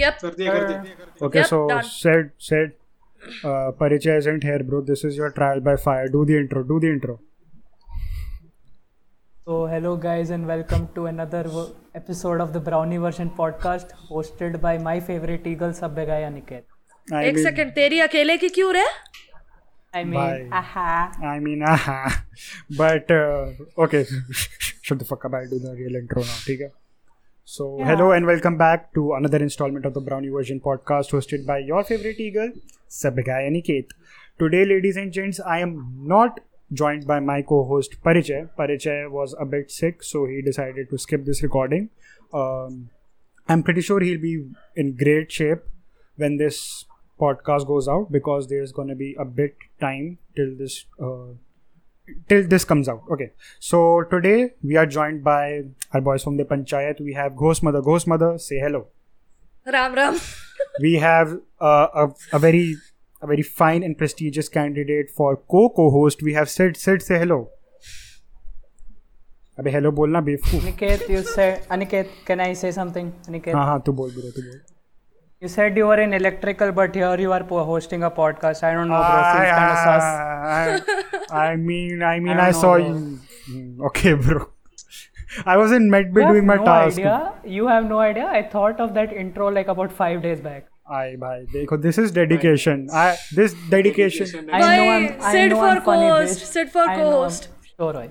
Yep. करती है करती है Okay, Yep, so done. said said uh, Parichay isn't here, bro. This is your trial by fire. Do the intro. Do the intro. So, hello guys, and welcome to another w- episode of the Brownie Version podcast, hosted by my favorite eagle, Sabbegaya Niket. I एक mean, second तेरी अकेले की क्यों रे I Bye. mean, aha. I mean, aha. But uh, okay, shut the fuck up. I'll do the real intro now. Okay. So hello and welcome back to another installment of the Brownie Version podcast, hosted by your favorite eagle, Sabigai Aniket. Today, ladies and gents, I am not joined by my co-host Parichay. Parichay was a bit sick, so he decided to skip this recording. Um, I'm pretty sure he'll be in great shape when this podcast goes out because there's going to be a bit time till this uh, till this comes out okay so today we are joined by our boys from the panchayat we have ghost mother ghost mother say hello Ram Ram we have uh, a, a very a very fine and prestigious candidate for co co-host we have sid sid say hello अबे hello बोलना बेवकूफ Niket, you said, Aniket, can I say something? Aniket, हाँ हाँ तू बोल bro तू बोल you said you were in electrical, but here you are po- hosting a podcast. I don't know, bro. Seems kind of sus. I, I, I mean, I mean, I I, don't saw know, you. Mm, Okay, bro. I was in MedBay You doing have my no task. idea. You have no idea. I thought of that intro like about five days back. I, bhai, देखो, this is dedication. I, this dedication. I know I'm. I Sid know for I'm funny, co-host, bitch. Sid for I know I'm- co-host. Sure, bhai. Bhai,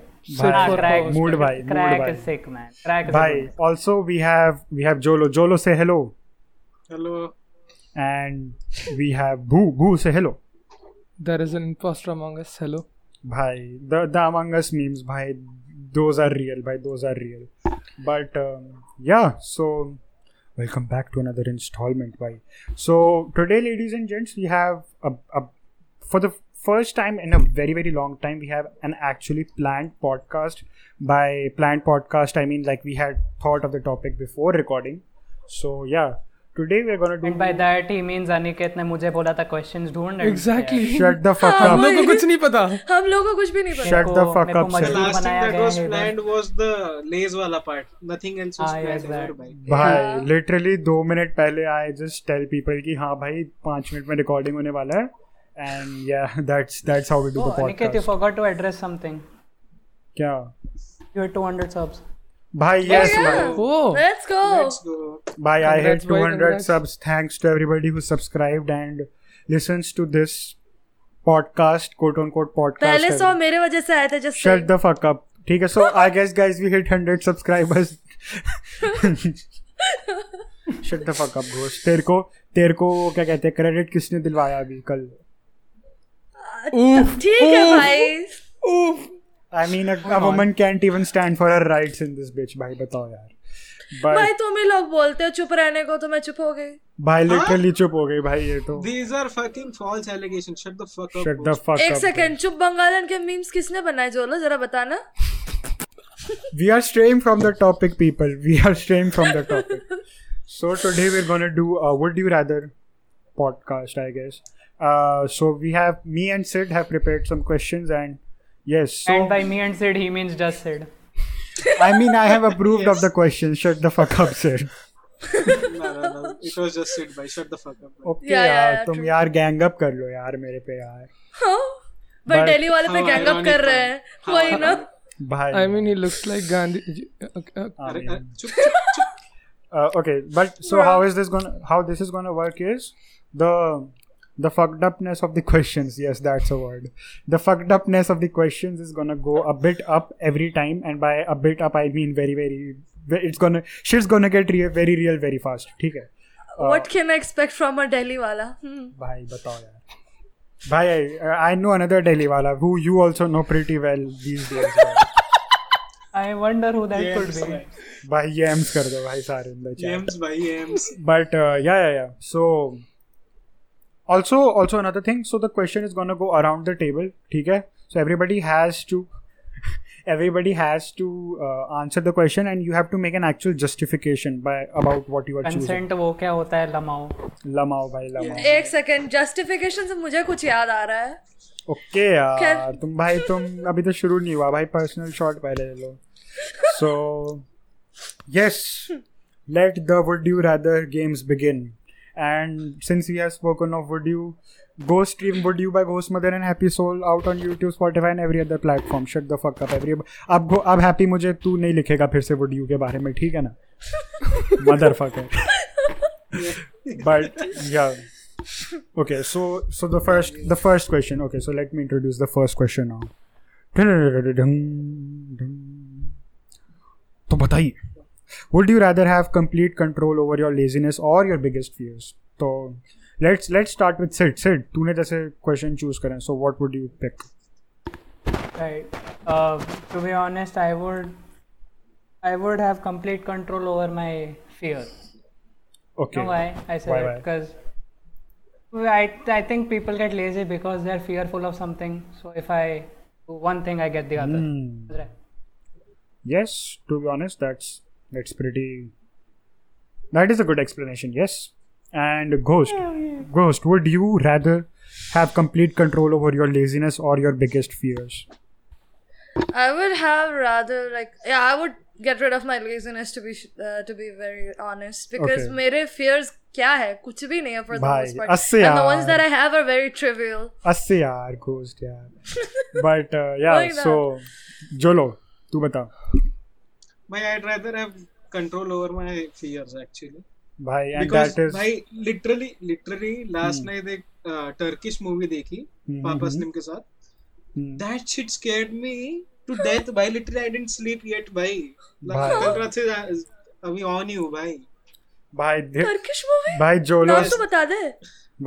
Ah, crack, mood bhai, mood crack bhai. is sick, man. Crack is Bhai, sick. also we have we have Jolo. Jolo say hello, hello and we have Boo. Boo say hello. There is an imposter among us. Hello. Bhai, the the Among Us memes, bhai, those are real. Bhai, those are real. But um, yeah, so welcome back to another installment, bhai. So today, ladies and gents, we have a, a for the first time in a very very long time, we have an actually planned podcast. By planned podcast, I mean like we had thought of the topic before recording. So yeah, today we are gonna do. And by that he means Aniket ने मुझे बोला था questions ढूंढ and- Exactly. Shut the fuck हाँ, up. वो- मेरे को कुछ नहीं पता हम लोगों को कुछ भी नहीं पता Shut the मेरे को- fuck मेरे को up, sir. मजबूर लास्ट थिंग बनाया दैट गया वाज है इधर। प्लान्ड वाज द लेज वाला part nothing else was Ah, yes, planned that. Ever भाई हाँ। भाई लिटरली दो मिनट पहले आई जस्ट टेल पीपल कि हाँ भाई पाँच मिनट में रिकॉर्डिंग होने वाला है एंड या that's that's how we do Oh, the Aniket, you podcast forgot to address something. क्या You had 200 subs. भाई yes oh let's go let's go भाई I had Congrats, bhai, 200 congrats. subs thanks to everybody who subscribed and listens to this podcast quote unquote पहले podcast सौ मेरे वजह से आए थे just shut the fuck up ठीक है so I guess guys we hit 100 subscribers shut the fuck up Ghosh तेरे को तेरे को क्या कहते हैं क्रेडिट किसने दिलवाया अभी कल oof ठीक है भाई oof I mean, a, a woman can't even stand for her rights in this bitch. भाई बताओ यार. भाई But तुम ही लोग बोलते हो चुप रहने को तो मैं चुप हो गई भाई हाँ? literally चुप हो गई भाई ये तो. These are fucking false allegation shut the fuck up Shut the fuck एक up. सेकंड चुप बंगालन के मीम्स किसने बनाए जोलो जरा बताना We are straying from the topic, people. We are straying from the topic. so today we're gonna do a would you rather podcast, I guess. Uh, so we have me and Sid have prepared some questions and yes. So And by me and Sid, he means just Sid. I mean, I have approved of the questions. Shut the fuck up, Sid. no no no it was just sit by shut the fuck up Okay, Yeah, yeah, यार yeah, तुम true. यार gang up कर लो यार मेरे पे यार. हाँ भाई But- दिल्ली वाले पे हाँ, गैंग अप ironic कर रहे हैं हाँ, वही ना भाई. हाँ, I mean he looks like Gandhi. Okay, okay. Oh, I अरे mean- अरे, चुप चुप चुप uh, okay but so how is this gonna how this is gonna work is the the fucked upness of the questions yes that's a word the fucked upness of the questions is gonna go a bit up every time and by a bit up i mean very very it's gonna shit's gonna get real, very real very fast ठीक है what can I expect from a Delhi वाला हम्म। भाई बताओ यार भाई I know another Delhi वाला who you also know pretty well these days भाई। I wonder who that could Ems be. भाई भाई ये एम्स कर दो भाई सारे in the chat. एम्स भाई Ems but uh, yeah yeah yeah so also also another thing so the question is gonna go around the table okay so everybody has to everybody has to uh, answer the question and you have to make an actual justification by about what you are Consent वो क्या होता है lmao choosing lamao bhai हाँ। lamao एक second justification से मुझे कुछ याद आ रहा है ओके यार Can- तुम भाई तुम अभी तो शुरू नहीं हुआ भाई पर्सनल शॉट पहले ले लो so yes let the would you rather games begin And since we have spoken of Would You, go stream Would You by Ghost Mother and Happy Soul out on YouTube, Spotify and every other platform. Shut the fuck up every अब गो- अब happy मुझे तू नहीं लिखेगा फिर से Would You के बारे में ठीक है ना mother but yeah okay so so the first the first question okay so let me introduce the first question now तो बताइए would you rather have complete control over your laziness or your biggest fears तो let's let's start with Sid Sid तूने जैसे question choose करें so what would you pick Right. Uh, to be honest, I would, I would have complete control over my fear. okay know why I said Why, it? why? Because I, I think people get lazy because they're fearful of something. So if I do one thing, I get the other. Hmm. Right. yes to be honest that's that's pretty that is a good explanation yes and ghost ghost would you rather have complete control over your laziness or your biggest fears I would have rather like yeah, I would get rid of my laziness to be sh- uh, to be very honest because Okay. मेरे fears क्या है कुछ भी नहीं है for the भाई, most part अस्से and the यार। ones that I have are very trivial. अस्से यार ghost यार but uh, yeah वही ना। so जोलो तू बता My, I'd rather have control over my fears actually. भाई and because that is भाई literally literally last Hmm. night एक टर्किश मूवी देखी हम्म, पापा हम्म, स्लिम के साथ हम्म, that shit scared me to death भाई literally I didn't sleep yet भाई भाई। like कल रात से uh, अभी ऑन ही हूं भाई भाई दे- Turkish movie? भाई जोलो नाम तो बता दे.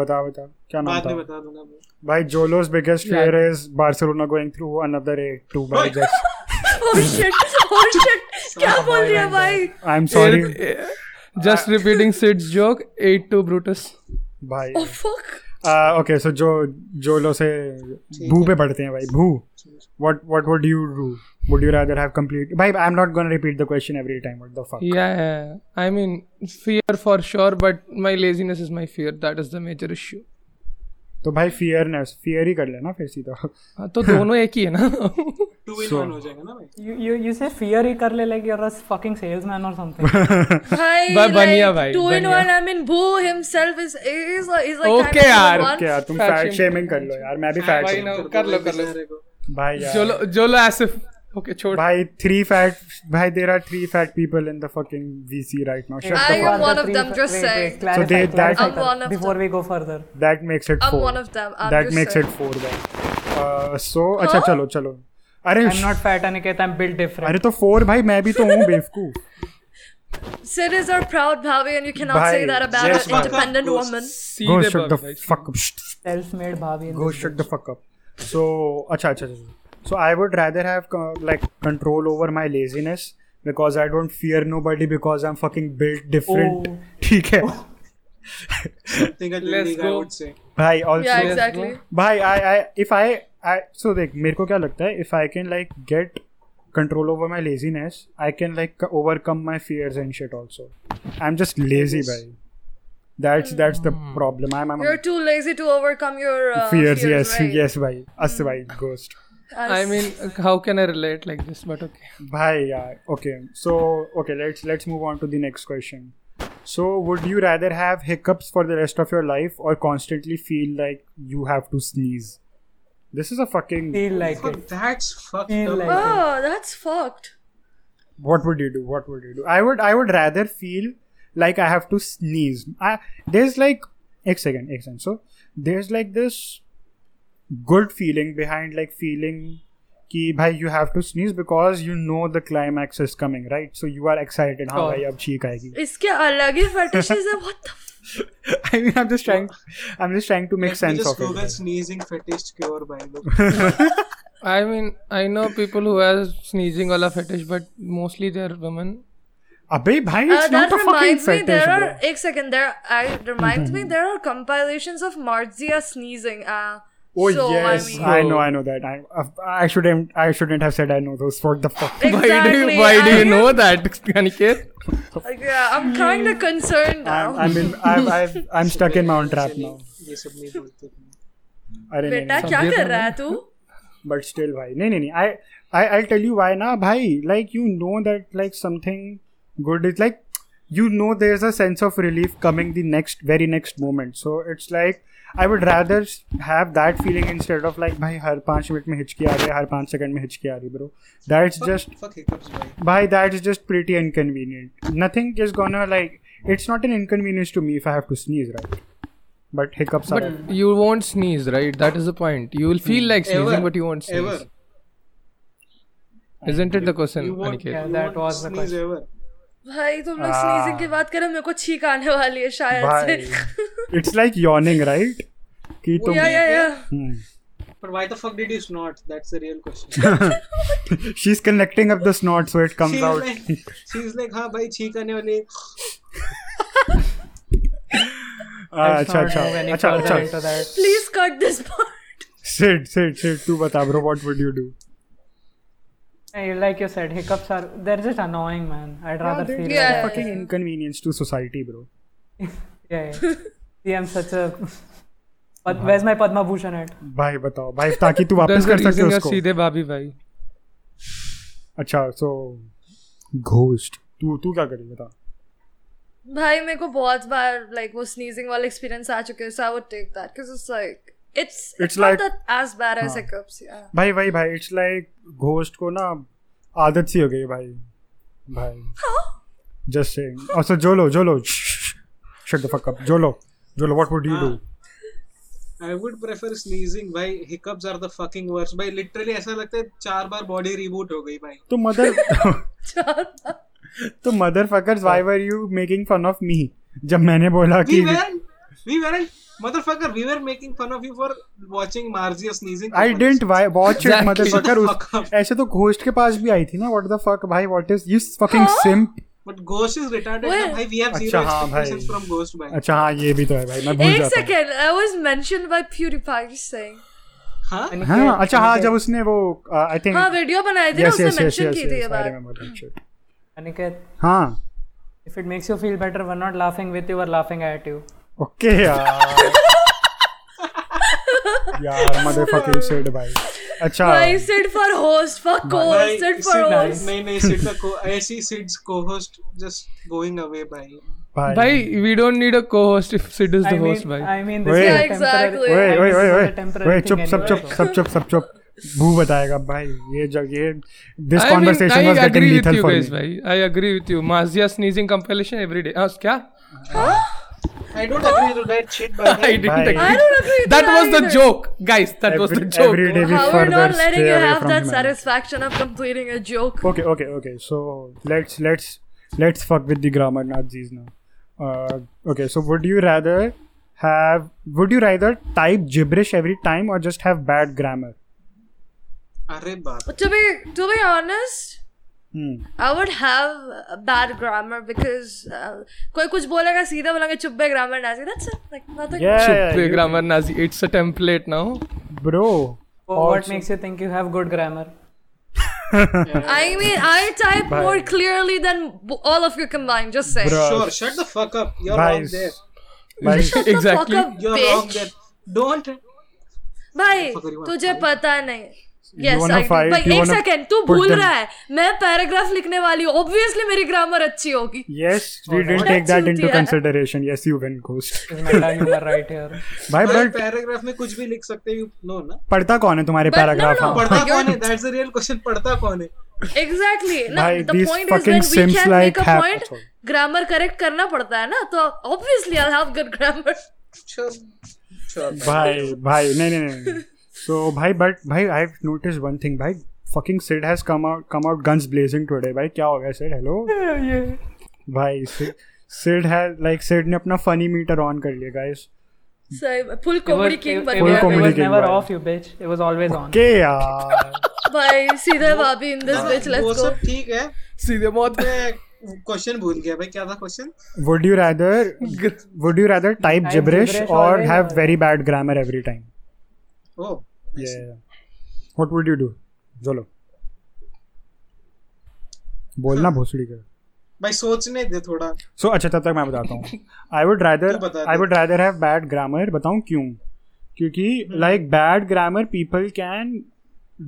बता बता क्या नाम बाद में था बता दूंगा मैं भाई जोलो's biggest Yeah. fear is Barcelona going through another 8-2 by ओए। just Oh shit! Oh shit! क्या बोल रही है भाई? I'm sorry eh, Just repeating Sid's joke. 8 to Brutus. भाई Oh fuck! Okay so Uh, जो जो लोग से भू पे पढ़ते हैं भाई भू what what would you do would you rather have complete भाई I am not gonna repeat the question every time what the fuck Yeah. I mean, fear for sure, but my laziness is my fear. That is the major issue. तो भाई फियरनेस fear ही कर लेना फिर सीधा हाँ, तो दोनों एक ही है ना टू इन वन हो जाएगा ना भाई You, you you say fear ही कर ले like you're a fucking salesman or something. भाई बा- बनिया भाई, two in बनिया। one I mean Boo himself is he's like he's like Okay kind of यार, one. क्या तुम Fat फैट shaming शेमिंग कर लो यार मैं भी फैट भाई शेमिंग ना- दो कर लो, भाई कर लो। बेचारे को। भाई यार जोलो जोलो ऐसे okay छोड़ भाई थ्री फैट भाई there are three fat people in the fucking VC right now I shut am Before the one of three- them, just wait, saying. Wait, clarify, So they- that- clarify I'm that one of before we go further. That makes it I'm four one of them, I'm that just makes it saying. Four भाई so अच्छा चलो चलो अरे I'm not fat, Aniket. I'm built different. अरे तो four भाई मैं भी तो हूँ बेवकूफ Sid is our proud bhavi and you cannot say भाई, that about yes, an भाई। independent woman. Go सीधे shut बग the भाई। fuck up. Shh. Self-made bhavi. in Go this shut the fuck up. So, acha, acha, acha. So I would rather have uh, like control over my laziness because I don't fear nobody because I'm fucking built different. Oh. ठीक है. Think I Let's think I go. would say. भाई also. Yeah, exactly. भाई I I if I I so देख मेरे को क्या लगता है if I can like get control over my laziness I can like overcome my fears and shit also. I'm just lazy, भाई. That's that's the problem. I'm, I'm Hmm. You're too lazy to overcome your uh, fears, yes right? Hmm. yes भाई अस भाई ghost I mean, how can I relate like this? But okay. भाई यार okay so okay let's let's move on to the next question so would you rather have hiccups for the rest of your life or constantly feel like you have to sneeze this is a fucking Feel like it. Fuck, that's fucked Feel up. like it. Oh, that's fucked. what would you do what would you do i would i would rather feel like i have to sneeze I, there's like एक second एक second so there's like this good feeling behind like feeling कि भाई you have to sneeze because you know the climax is coming right so you are excited हाँ Oh. भाई अब छींक आएगी इसके अलग ही fetishes है. What the f- I mean I'm just trying I'm just trying to make Let me sense just of Google it sneezing fetish cure by look. I mean, I know people who have sneezing wala fetish, but mostly they're women. अबे भाई Uh, it's that not a fucking reminds me fetish there bro Mm-hmm. are एक second there I reminds me there are compilations of Marzia sneezing. Uh, oh so, I yes mean, I know I know that I uh, I shouldn't I shouldn't have said I know those what the fuck Why do exactly. you, why do I you am- know that, Aniket? Like, yeah, I'm kind of concerned now. I'm, I'm in. I've, I've, I'm stuck in my own trap now. ये सब नहीं बोलते अरे नहीं, बेटा नहीं, क्या सब कर देखो रहा है तू but still, भाई नहीं नहीं नहीं. I I I'll tell you why ना भाई. Like you know that like something good is like you know there's a sense of relief coming the next very next moment so it's like i would rather s- have that feeling instead of like bhai har 5 minute mein हिचकी आ रही है हर 5 second में हिचकी आ रही है bro that's Fuck- just fuck hiccups, bhai. bhai that's just pretty inconvenient nothing is gonna like it's not an inconvenience to me if i have to sneeze right but hiccups are But you won't sneeze, right? That is the point. You will feel like sneezing, Ever. but you won't sneeze. Ever. Isn't it the question, You won't, Aniket? Yeah, you that won't was the sneeze question. ever. भाई तुम लोग Ah. Sneezing की बात करें मेरे को छींक आने वाली है शायद bhai it's like yawning right कि से तुम या या या Hmm. But why the fuck did you snort? That's the real question. she's connecting up the snot so it comes she's out like, she's like, हाँ भाई छींक आने वाली है." Ah, Let's अच्छा not अच्छा move any अच्छा further अच्छा into that. Please cut this part Sid, Sid, Sid, तू बता bro, what would you do? Hey, Like you said, hiccups are they're just annoying, man. I'd rather feel. like yeah. that. Fucking inconvenience to society, bro. Yeah, yeah. See, I'm such a. But where's my Padma Bhushan at? भाई बताओ भाई ताकि तू That's वापस the कर सके reason you're उसको सीधे भाभी भाई. अच्छा सो घोस्ट तू तू क्या करेगी बता भाई मेरे को बहुत बार लाइक वो स्नीजिंग वाला एक्सपीरियंस आ चुके हैं so I would take that cuz it's like it's it's like- not that as bad as हाँ. हिकअप्स या भाई भाई भाई इट्स लाइक घोस्ट को ना आदत सी हो गई भाई भाई जस्ट सेइंग और so Jolo Jolo shut the fuck up Jolo Jolo what would you do I would prefer sneezing. भाई hiccups are the fucking worst. भाई literally ऐसा लगता है चार बार body reboot हो गई भाई. तो मदर तो mother fuckers why were you making fun of me जब मैंने बोला We कि weren't, we weren't, motherfucker. We were making fun of you for watching Marzia sneezing. I didn't watch it Exactly. Motherfucker Shut the fuck उस up. ऐसे तो Ghost के पास भी आई थी ना व्हाट द फक भाई व्हाट इज यू फकिंग हाँ। Simp But Ghost is retarded. Well- ना भाई we have अच्छा zero हाँ भाई expectations from Ghost भाई. अच्छा हाँ ये भी तो है भाई मैं भूल एक जाता हूँ second I was mentioned by purify saying हाँ? हाँ अच्छा हाँ जब उसने वो आई थिंक हां वीडियो बनाई थी ना यस हाँ, उसने यस यस मेंशन यस की थी ये आई बात रिमेंबर दैट शिट Aniket, हाँ if it makes you feel better, we're not laughing with you, we're laughing at you. Okay यार यार मदरफकिंग शिट भाई अच्छा भाई सिड फॉर होस्ट फॉर भाई host Sid for Sid- host नहीं नहीं Sid का को ऐसी Sid's co-host just going away भाई. भाई Bhai, we don't need a co-host if Sid is the I host, mean, bhai. I mean, this Wait. is a Yeah, exactly. ओए I ओए ओए temporary. this is a ओए temporary ओए thing चुप सब anyway, चुप so- सब चुप सब चुप भू बताएगा भाई ये जग ये this I mean, conversation was I getting agree with lethal you for guys, me bhai. I agree with you. Mazia sneezing compilation every day. Uh, क्या? I don't agree to that shit I भाई. didn't Bhai. agree. I don't agree with That was the either. joke, guys. That was the Every- joke. every day we How we're further not letting stay you away have from that humanity. satisfaction of completing a joke. Okay, okay, okay. So let's let's let's fuck with the grammar Nazis now. Uh, okay, so would you rather have would you rather type gibberish every time or just have bad grammar? अरे बाप. To be to be honest, Hmm. I would have a bad grammar because uh, कोई कुछ बोलेगा सीधा बोलेंगे चुप्पे grammar Nazi that's it like nothing Yeah, Chup you- grammar Nazi. It's a template now. bro. So what Also- makes you think you have good grammar? I mean I type Bye. more clearly than b- all of you combined just saying Bruh. Sure, shut the fuck up. You're wrong Guys, there. guys, Shut Exactly. the fuck up You're wrong there. bitch Don't. भाई Fucker, you wanna तुझे fight? पता नहीं You Yes, wanna I do. fight? भाई You एक wanna second तू put भूल them- रहा है मैं पैराग्राफ लिखने वाली हूँ ऑब्वियसली मेरी ग्रामर अच्छी होगी yes, we didn't What a take that into cutie. consideration. Yes, you win, ghost. Is meta humor right here? Bye, भाई but पैराग्राफ में कुछ भी लिख सकते हो नो ना पढ़ता कौन है तुम्हारे But no, पैराग्राफ no. पढ़ता You're- कौन है दैट्स द रियल क्वेश्चन पढ़ता कौन है एग्जैक्टली ना भाई, the these point is fucking when we sims can make like a have- point Sorry. Grammar correct करना पड़ता है ना तो obviously I have good grammar sure sure भाई भाई नहीं नहीं नहीं, नहीं सो भाई बट भाई I have notice one thing भाई fucking Sid has come out come out guns blazing today भाई क्या हो गया सिड हेलो भाई सिड सिड है लाइक सिड ने अपना फनी मीटर ऑन कर लिया guys full It was, comedy it, king it बन Full was- it गया comedy was king, never bhai. off, you bitch. It was always on. के यार भाई सीधे भाभी इन दिस बिच वो लेट्स गो सब ठीक है सीधे मौत. मैं क्वेश्चन भूल गया भाई क्या था question would you rather would you rather type Type gibberish gibberish or always have or- very bad grammar every time oh yeah what would you do चलो बोलना भोसड़ी का भाई सोचने दे थोड़ा सो अच्छा तब तक मैं बताता हूँ आई वुड रादर तू बता दे। I would rather have bad grammar बताऊँ क्यों क्योंकि हम्म। Like bad grammar people can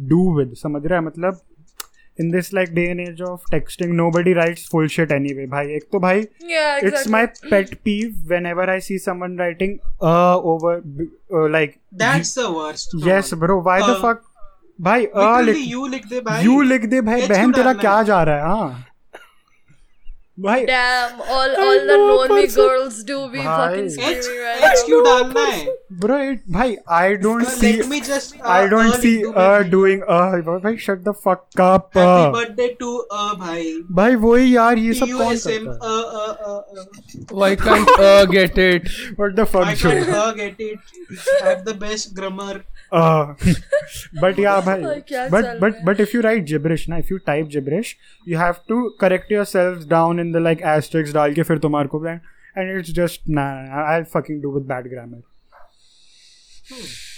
do with समझ रहा है मतलब in this like day and age of texting nobody writes full shit anyway bhai ek to bhai Yeah, exactly. it's my pet peeve whenever i see someone writing uh over b- uh, like That's the worst. yes bro. bro why the Uh, fuck भाई अ Literally, लिख you लिख दे भाई you लिख दे भाई H बहन क्यों तेरा डालना क्या है? जा रहा है हाँ भाई Damn, all, all the know a known me person- girls do be Bhai. fucking H screaming right H now. क्यों डालना है bro it भाई I don't see Let me just. uh, I don't uh, see लिख दूं अ मैं। Doing a भाई shut the fuck up Happy birthday to uh, भाई. भाई वही यार ये सब कौन TUSM, करता uh, uh, uh, uh. Why can't uh, get it? है what the I fuck can uh, get it. I have the best grammar. Uh, but yeah और क्या bhai चल but but रहा है? but if you write gibberish na if you type gibberish you have to correct yourselves down in the like asterisks डाल के फिर तुम्हारे को and, and it's just nah I'll fucking do with bad grammar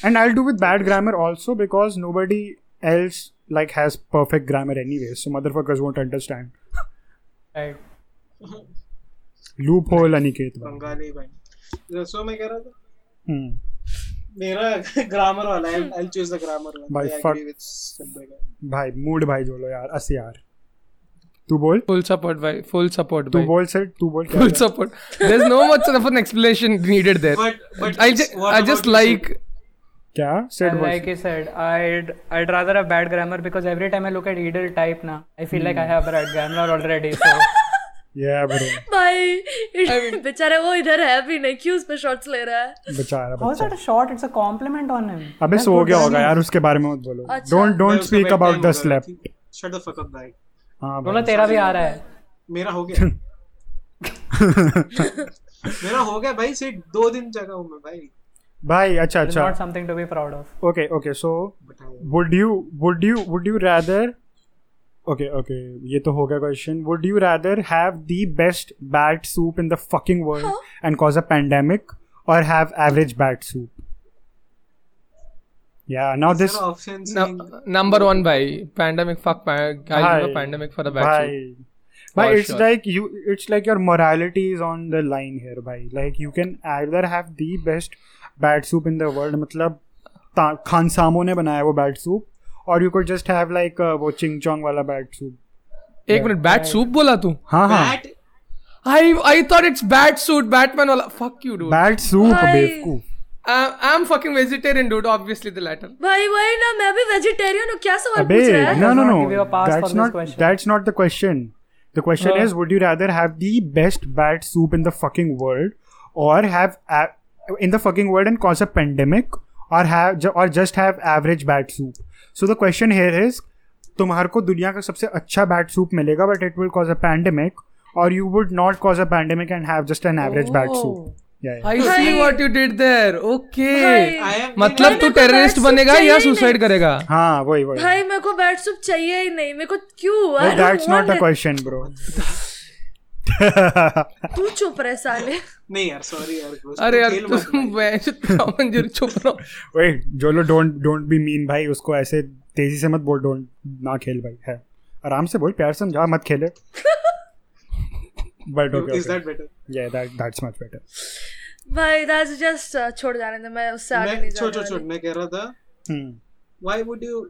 and I'll do with bad grammar also because nobody else like has perfect grammar anyway so motherfuckers won't understand Right. loophole Aniket भाई बंगाली भाई सो मैं कह रहा था hmm. मेरा grammar वाला है I choose the grammar वाला By I fuck. agree with Shabda. भाई मूड भाई जोलो यार अस यार तू बोल Full support, by full support, तू by बोल सर तू बोल क्या full बोला? support. There's no much of an explanation needed there. but but I just, what I just about you, like. क्या And said like I said, I'd I'd rather have bad grammar because every time I look at Edel type now, I feel like I Hmm. have bad grammar already. So yeah bro भाई it- बेचारा वो इधर है भी नहीं क्यों उस पे शॉट्स ले रहा है बेचारा how is बच्चा that a shot? It's a compliment on him. अबे सो गया होगा यार उसके बारे में मत बोलो अच्छा। डोंट भाई, डोंट उसका स्पीक bedtime अबाउट द हो गया, स्लैप ठीक? Shut the fuck up, भाई. हाँ बोलो भाई। तेरा भी आ रहा है. मेरा हो गया मेरा हो गया भाई सिर्फ दो दिन जगह हूँ मैं भाई भाई अच्छा It's अच्छा not something to be proud of. Okay okay so बताओ would you would you would you rather okay okay ये तो हो गया question would you rather have the best bat soup in the fucking world and cause a pandemic और have average bat soup या now this options Num- number one by pandemic fuck pa- I give Bhai. a pandemic for a bad bhai suit. bhai For it's sure. like you it's like your morality is on the line here bhai like you can either have the best bad soup in the world मतलब ता- खान सामो ने बनाया वो bat soup और you could just have like uh, वो Ching Chong वाला बैट सूप एक मिनट बैट सूप बोला तू हाँ हाँ bat I I thought it's bat suit Batman वाला fuck you dude bat soup Bhai. बेवकूफ I, I'm fucking vegetarian dude obviously the latter भाई वही ना मैं भी वेजिटेरियन हूँ क्या सवाल अबे पूछ रहा है no no not no give you a pass for that's this not question. Oh. that's not the question the question Huh. is would you rather have the best bad soup in the fucking world or have a- in the fucking world and cause a pandemic or have ju- or just have average bad soup so the question here is तुम्हारे को दुनिया का सबसे अच्छा bat soup मिलेगा but it will cause a pandemic और you would not cause a pandemic and have just an average bat Oh. Soup या I see Bhai. what you did there okay Bhai. I M मतलब नहीं, तू मेरे को terrorist bat suit बनेगा या चाहिए ही सुसाइड नहीं। करेगा हाँ वही वही भाई मेरे को बैट सूप चाहिए ही नहीं मेरे को क्यों I don't that's not want a it. Question bro तू चुप रहे साले नहीं यार सॉरी यार दोस्त, अरे यार खेल मत भाई। तुम कॉमन जो चुप रहो वही Jolo don't don't be mean भाई उसको ऐसे तेजी से मत बोल डोंट ना खेल भाई है आराम से बोल प्यार से समझा मत खेले बट Is that better? या दैट दैट्स मच बेटर भाई दैट्स जस्ट छोड़ जाने दे मैं उससे आगे मैं नहीं छोड़ छोड़ जाने छोड़ वाली। मैं कह रहा था Hmm. why would you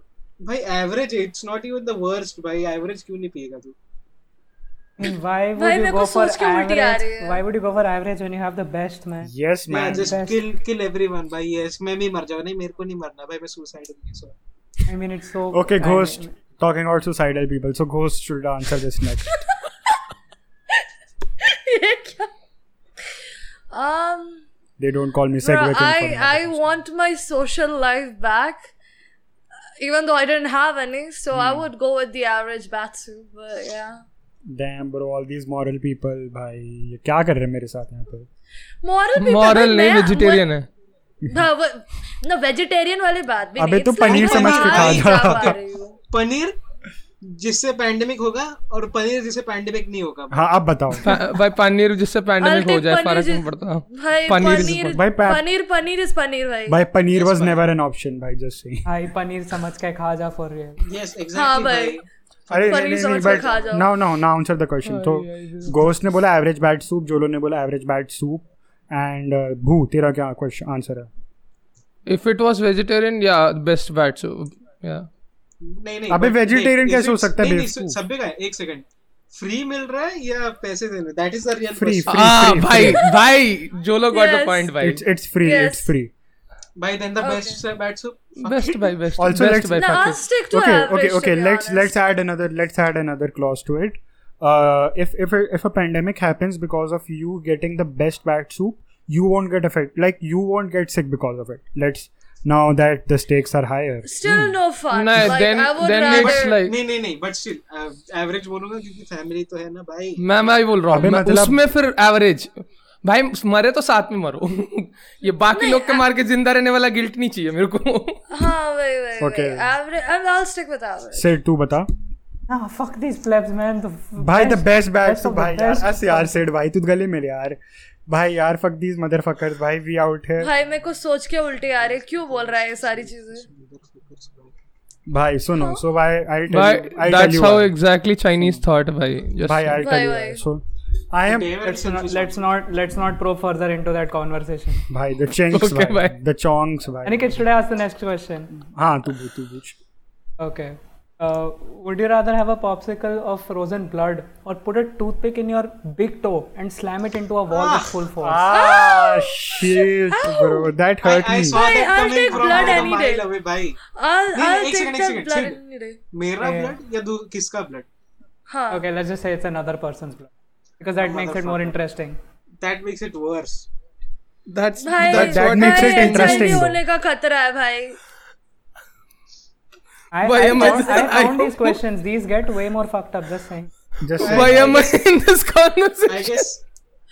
भाई average it's not even the worst भाई एवरेज क्यों नहीं पिएगा तू Why would भाई, you मेरे go को for सोच के उल्टी आ रही average? है। Why would you go for average when you have the best man? Yes मैं man just best. Kill kill everyone भाई यस मैं भी मर जाऊं नहीं मेरे को नहीं मरना भाई मैं सुसाइड नहीं so I mean, it's so. Okay I Ghost mean- talking about suicidal people so Ghost should answer this next ये क्या um they don't call me bro, segue I I want my social life back even though I didn't have any so I would go with the average bat soup but yeah damn bro all these moral people भाई ये क्या कर रहे हैं मेरे साथ यहाँ पे moral people मॉरल भाई, नहीं मैं- वेजिटेरियन है हाँ, वो- ना वेजिटेरियन वाली बात भी अबे नहीं तो it's like पनीर मैं समझ के बाहर खा ही जा। जा पा रही हूँ। पनीर जिससे पैंडेमिक होगा और पनीर जिससे पैंडेमिक नहीं होगा हाँ आप बताओ पा- भाई पनीर जिससे पैंडेमिक हो take जाए पनीर फर्क नहीं जिस- पड़ता भाई पनीर is पनीर good. भाई, पा- पनीर पनीर इज पनीर भाई भाई paneer was never an option भाई just say I paneer samajh ke kha ja for real. Yes हाँ एग्जैक्टली भाई भाई अरे Funny नहीं नहीं songs में खा बट जाओ। Now now now answer the question तो गोस्ट ने बोला एवरेज बैट सूप जोलो ने बोला एवरेज बैट सूप एंड भू uh, तेरा क्या क्वेश्चन आंसर है if it was vegetarian yeah best bat soup yeah नहीं नहीं अबे but vegetarian नहीं, कैसे हो is it- सकता है नहीं, नहीं, बेवकूफ? सब बेगा है एक सेकंड फ्री मिल रहा है या पैसे देने that is the real Free, question free, ah, free, भाई भाई Jolo got the Yes. point भाई It's it's free. Yes. It's free. भाई then the best bats best by best Also, best let's- by No, I'll fucking stick to okay, average. okay, okay. To be Let's honest. let's add another let's add another clause to it. Uh, if if a, if a pandemic happens because of you getting the best bat soup, you won't get affected. Like you won't get sick because of it. Let's now that the stakes are higher. Still no fun. Nah, like, then- I would then rather, it's like- नहीं नहीं नहीं but still average बोलूंगा क्योंकि family तो है ना भाई मैं मैं ही बोल रहा हूँ अबे मैं- मतलब- उसमें फिर एवरेज भाई मरे तो साथ में मरो ये बाकी लोग के मार के जिंदा रहने वाला गिल्ट नहीं चाहिए मेरे को Huh, wait, wait, Okay. wait. Average. I'll, I'll stick with average. Sid, tu bata. Ah, fuck these plebs, man. The f- भाई the best bat best soup. of the भाई यार best. अस यार Sid भाई तू तो गले मिल यार. भाई यार fuck these motherfuckers. भाई we out here. भाई मेरे को सोच के उल्टे आ रहे क्यों बोल रहा है ये सारी चीजें भाई हाँ। सुनो so why I'll tell भाई you. I'll tell that's you. How why. Exactly Chinese thought भाई Just- भाई I'll tell Why, you. why? why. So I am Let's not, let's not let's not probe further into that conversation. भाई the chonks Okay, भाई bye. the chonks भाई. Aniket, should I ask the next question? हाँ तू पूछ, तू पूछ. Ah, Okay. Uh, would you rather have a popsicle of frozen blood or put a toothpick in your big toe and slam it into a wall with full force? Ah, shit, bro. That hurt Ah. I, I me. saw Bhai, that I'll coming take from blood a any day. mile away, bhai. I'll नहीं, I'll एक take second, एक that second, blood chill. any day. मेरा Yeah. Blood या दू- किसका blood हाँ Okay, let's just say it's another person's blood because that makes it more interesting. That makes it worse That's भाई that's that what makes it भाई, HIV interesting, though. होने का खतरा है भाई I, Why I, am I- found, I I- found these questions. These get way more fucked up. Just saying. Just Why saying. am I in this conversation? I guess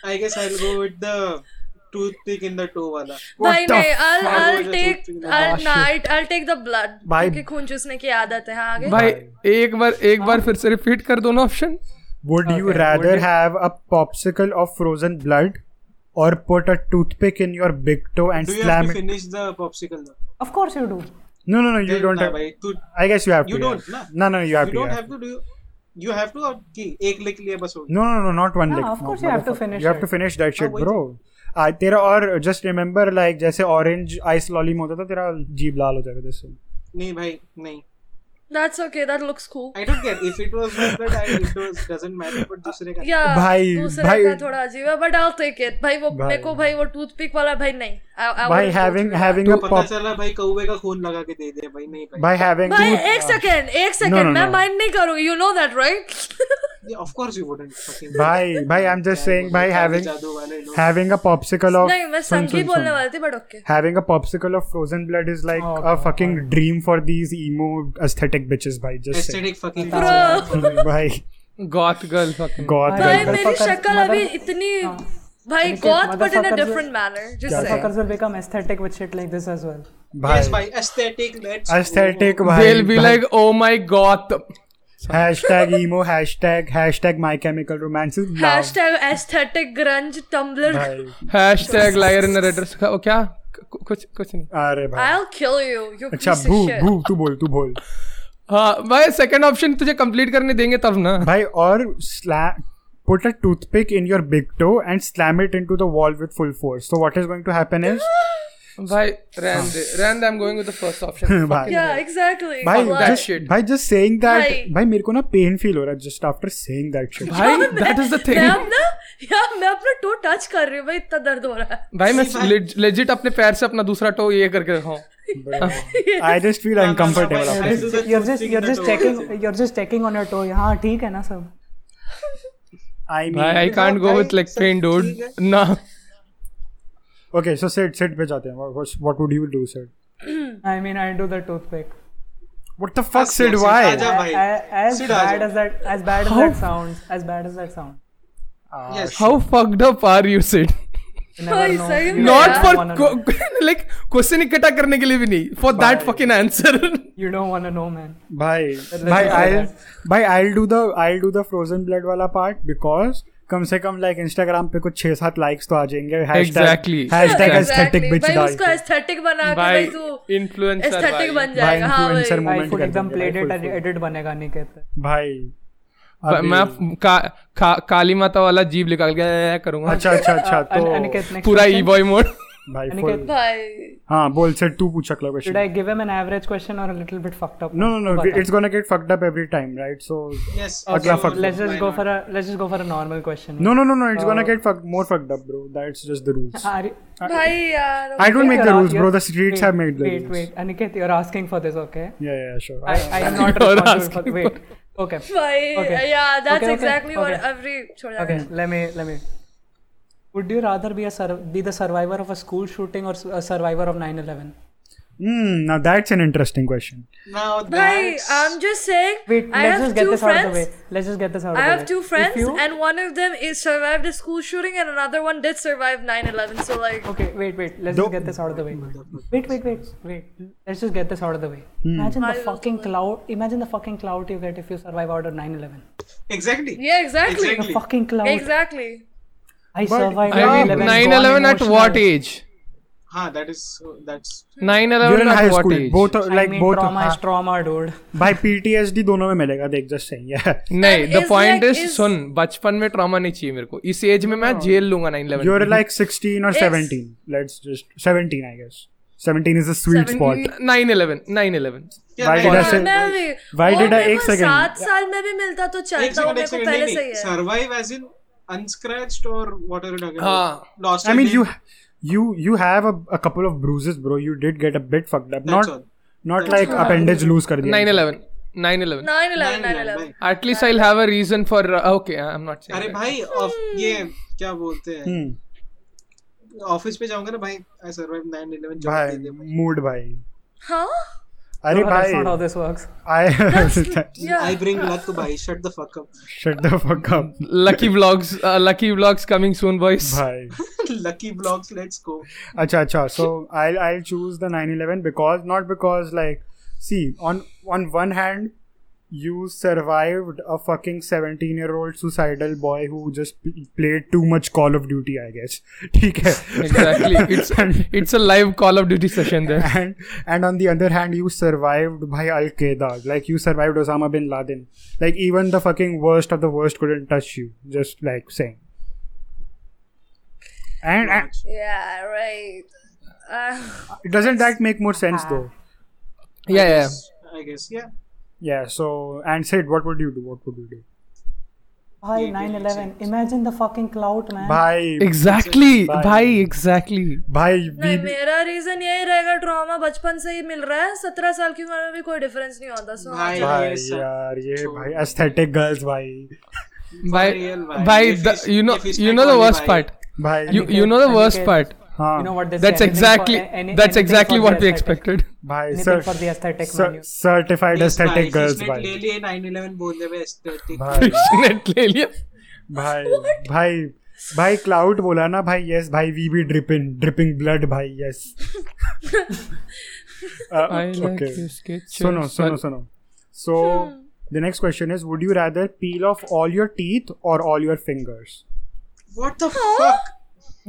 I guess I will go with the toothpick in the toe वाला भाई the नहीं I'll fuck? I'll take Oh, I'll nah, I'll I'll take the blood भाई- क्योंकि खून चूसने की आदत है हाँ, आगे भाई एक बार एक बार फिर से रिपीट कर दो ना option Would you Okay, rather would you- have a popsicle of frozen blood or put a toothpick in your big toe and do you have slam to it? Finish the popsicle दो Of course you do. No, no, no. You don't have. भाई तू I guess you have to. You yeah. don't, na? No, no, you have you to. don't yeah. have to do you have to uh, और कि एक लिख लिया बस हो गया No, no, no, not one No, lick. of No, course you have to motherfucker. finish You have to it. Oh, finish that shit, वही bro. आ, तेरा और जस्ट रिमेम्बर लाइक जैसे ऑरेंज आइस लॉली में होता था तेरा जीभ लाल हो जाएगा जैसे नहीं भाई नहीं that's okay that looks cool I don't care if it was my blood I it was doesn't matter but दूसरे का yeah भाई- दूसरे भाई- का थोड़ा अजीब है बट I'll take it भाई वो भाई- मेरे को भाई वो टूथपिक वाला भाई नहीं I- हाँ, I भाई wouldn't तो go having through that. Having a पता पॉप चला भाई कौवे का खून लगा के दे दिया भाई नहीं भाई बाय हैविंग भाई एक सेकेंड एक no, सेकेंड मैं no. माइंड नहीं करूंगी you know that right of course you wouldn't fucking भाई भाई आई एम जस्ट सेइंग भाई हैविंग जादू वाले लोग having a popsicle of नहीं मैं Oh, सुन, संगीत सुन, बोलने सुन. वाली थी but okay having a popsicle of frozen blood is like Oh, a God. fucking dream for these emo aesthetic bitches by just saying. Aesthetic fucking भाई goth girl fucking god Bye. Oh, भाई damn. मेरी Motherfuckers- शक्ल अभी mother- इतनी हाँ। भाई Motherfuckers- goth but in a motherfuckers- different manner just से Motherfuckers will become aesthetic with shit like this as well. bhai yes भाई aesthetic let's aesthetic bhai they'll be bhai. like oh my god hashtag emo hashtag hashtag my chemical romance is love. Hashtag aesthetic grunge Tumblr bhai hashtag liar in address का ओ क्या कु- कुछ कुछ नहीं अरे भाई I'll kill you you अच्छा piece भू of shit भू तू बोल तू बोल हाँ भाई सेकंड ऑप्शन तुझे कंप्लीट करने देंगे तब ना भाई और slap put a toothpick in your big toe and slam it into the wall with full force so what is going to happen is भाई रहन दे रहन दे I am going with the first option भाई yeah exactly भाई Like, that just shit. भाई just saying that भाई। भाई मेरे को ना पेन फील हो रहा है just after saying that shit भाई that is the main thing अपना यार मैं अपना टो टच कर रही हूँ भाई इतना दर्द हो रहा भाई मैं लेजिट अपने पैर से अपना दूसरा टो ये करके रखा हूँ है I just feel uncomfortable I'll do the You're just toothpick you're that just over there. checking you're just checking on your toe. हाँ ठीक है ना सब. आई भाई I mean can't go with like pen dude ना okay so set set पे जाते हैं what would you do set I mean I do the toothpick. What the fuck set Sid, why आजा भाई A- As Ah, Sit down. bad as that as bad as that sounds as bad as that sounds. Yes. How fucked up are you Sid You never भाई, know. सही You में never not Yeah. For wanna know. Like question इकट्ठा करने के लिए भी नहीं for that fucking answer You don't want to know, man. भाई भाई आई भाई I do the I do the frozen blood वाला पार्ट बिकॉज कम से कम लाइक इंस्टाग्राम पे कुछ छह सात लाइक्स तो आ जाएंगे Exactly. Hashtag Exactly. Aesthetic bitch भाई डाल उसको के। एस्थेटिक बना के भाई भाई तू इन्फ्लुएंसर एस्थेटिक भाई बन जाएगा हाँ influencer भाई भाई Moment full कर एकदम देंगे, played भाई, it full, full. edit बनेगा नहीं कहते. भाई ब- अभी- मैं फ- का, का, काली माता वाला जीव निकाल के ऐ- ऐ- ऐ करूंगा अच्छा अच्छा अच्छा Uh, An- तो Aniket, next पूरा question. ई बॉय मोड भाई Aniket- full Bye. हाँ बोल सर तू पूछा अगला Should question I give him an average question or a little bit fucked up? No no no But- it's gonna get fucked up every time right so Yes. अगला fuck. Oh, let's just go for a let's just go for a normal question. No no no no it's gonna Uh, get fuck more fucked up bro that's just the rules Are you, Bye, yaar. I don't Aniket, make the you're rules, you're- bro. The streets wait, have made the wait, rules. Wait, Aniket, you're asking for this, okay? Yeah, yeah, sure. I, Oh. I am not You're responsible for asking wait. Okay. Bye. Okay. Yeah, that's Okay, okay, exactly what okay. every. Chhod yaar. Okay. Let me let me. Would you rather be a sur- be the survivor of a school shooting or s- a survivor of 9/11? Hmm. Now that's an interesting question. Now Bye. that's- I'm just saying. Wait, I let's have just get two this out of friends. the way. Let's just get this out of I the way. have two If friends, you- and one of them is survived a school shooting, and another one did survive 9/11. So like, Okay, wait, wait. Let's Though- just get this out of the way. Wait, wait, wait, wait. Let's just get this out of the way. Hmm. Imagine the fucking clout. Imagine the fucking clout you get if you survive out of 9/11. Exactly. yeah, exactly, Exactly. Fucking clout. exactly. I But- survived I I mean, mean, 9/11. 9/11 at what age? Huh, that is that's 9/11 You're in at high what school. age? Both are- Like like I mean, both. trauma is हाँ, trauma, dude. भाई PTSD दोनों में मिलेगा देख just saying या नहीं And the is point like is is- सुन बचपन में ट्रॉमा नहीं चाहिए मेरे को इस एज में मैं हाँ। जेल लूंगा 9/11 यू आर में। लाइक 16 और Yes. 17 let's just 17 I guess 17 is the sweet spot 9/11 9/11 yeah, Why right, did I right, say- right. हाँ, मैं भी- Why और did I- मेरे एक को second. सात साल में भी मिलता तो Ek चलता हूँ second, मेरे ek को second, पहले नहीं, सही नहीं, है survive as in unscratched or what are you talking about? हाँ. Lost I mean again. You you you have a couple of bruises bro you did get a bit fucked up That's not all. not like appendage lose कर दिया 9/11 9/11 9 11 Nine, nine, 9 11 bye. at least i'll have a reason for uh, okay i'm not saying अरे that. भाई off Hmm. ये क्या बोलते हैं हम्म, office पे जाऊंगा ना भाई आई सर्वाइव 911 जॉब दे भाई दे भाई मूड भाई हाँ अरे No, that's not how भाई this works. I yeah I bring luck भाई shut the fuck up shut the fuck up lucky vlogs uh, lucky vlogs coming soon boys भाई लकी ब्लॉग्स लेट्स गो अच्छा अच्छा so i'll i'll choose the 911 because not because like see on on one hand you survived a fucking 17 year old suicidal boy who just p- played too much call of duty i guess ठीक है exactly it's it's a live call of duty session there and and on the other hand you survived by al qaeda like you survived osama bin laden like even the fucking worst of the worst couldn't touch you just like saying and, and yeah right uh, doesn't that make more sense though yeah yeah I guess या Yeah, so and said what would you do? What would you do? Bhai, 9/11. Imagine the fucking clout, man. Bhai exactly Bye. bhai exactly bhai नहीं we मेरा reason यही रहेगा trauma बचपन से ही मिल रहा है सत्रह साल की उम्र में भी कोई डिफरेंस नहीं होता हाँ, सो भाई bhai ये सब यार ये छोड़। bhai aesthetic girls bhai bhai real, bhai. bhai If the, it's- you know if it's you like know the only worst bhai. part bhai you you know the worst part You know हाँ what they say. that's anything for- exactly a- any- that's anything exactly for what the we aesthetic. expected bhai Anything cer- for the aesthetic, man, cer- you- certified aesthetic girls भाई ले bhai लिए 911 बोल दे भाई aesthetic bhai Net ले लिया bhai bhai भाई clout बोला ना भाई यस भाई we be dripping dripping blood भाई yes Uh, I like okay your sketches. सुनो सुनो सुनो so the next question is would you rather peel off all your teeth और all your fingers what the fuck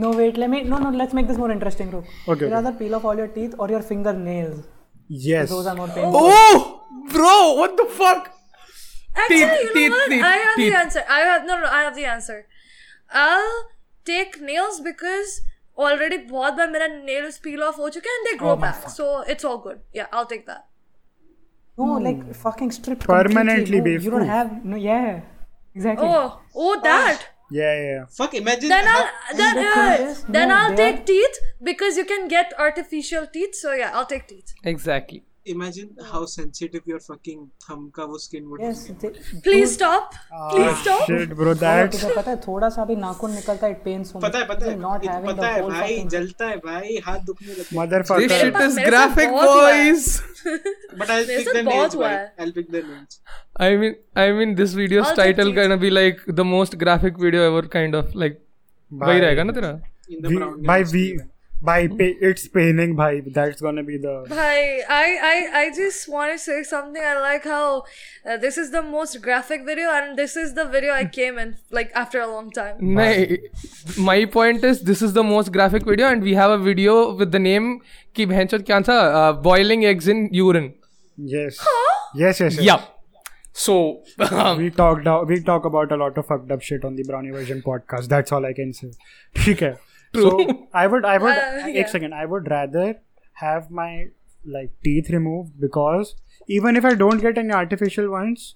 No, wait. Let me. No, no. Let's make this more interesting, bro. Okay, You okay. rather peel off all your teeth or your fingernails. Yes Those are more painful. oh bro what the fuck Actually, Teeth, you know what? teeth, teeth, I have teeth. the answer. I have no, no. I have the answer. I'll take nails because already बहुत बार मेरा nails peel off हो चुके हैं and they grow back, so it's all good. Yeah, I'll take that. Oh! No, like fucking stripped Permanently completely, no, You don't bafoo. have no. Yeah, exactly. Oh, oh, that. yeah yeah fuck imagine Then I'll how- then the yeah, thing is, then no, I'll they are- take teeth because you can get artificial teeth. So yeah, I'll take teeth. exactly imagine how sensitive your fucking thumb का वो skin would Yes. be They, Please stop. Please stop. shit bro that's तुझे पता है थोड़ा सा भी नाखून निकलता है it pains so much. पता है पता है You're not having पता the है whole भाई fucking- जलता है भाई हाथ दुखने लगते this motherfucker shit मेरे is साथ graphic बहुत हुआ है। boys But I'll मेरे pick साथ the बहुत nails, हुआ bhai. है। I'll pick the nails. I mean, I mean, this video's All the title cheese. gonna be like the most graphic video ever, kind of like. Bye. वही रहेगा ना तेरा In the we, brown by nails. we by pa- it's paining bhai that's gonna be the Hi, I, I, I just want to say something. I like how uh, this is the most graphic video, and this is the video I came in like after a long time. नहीं my point is this is the most graphic video and we have a video with the name कि भैंचोद क्या था uh, boiling eggs in urine yes yes yes, yes. yeah so um, we talked out, we talk about a lot of fucked up shit on the brownie version podcast that's all i can say ठीक है So I would, I would, Uh, uh, yeah. second, I would rather have my like teeth removed because even if I don't get any artificial ones,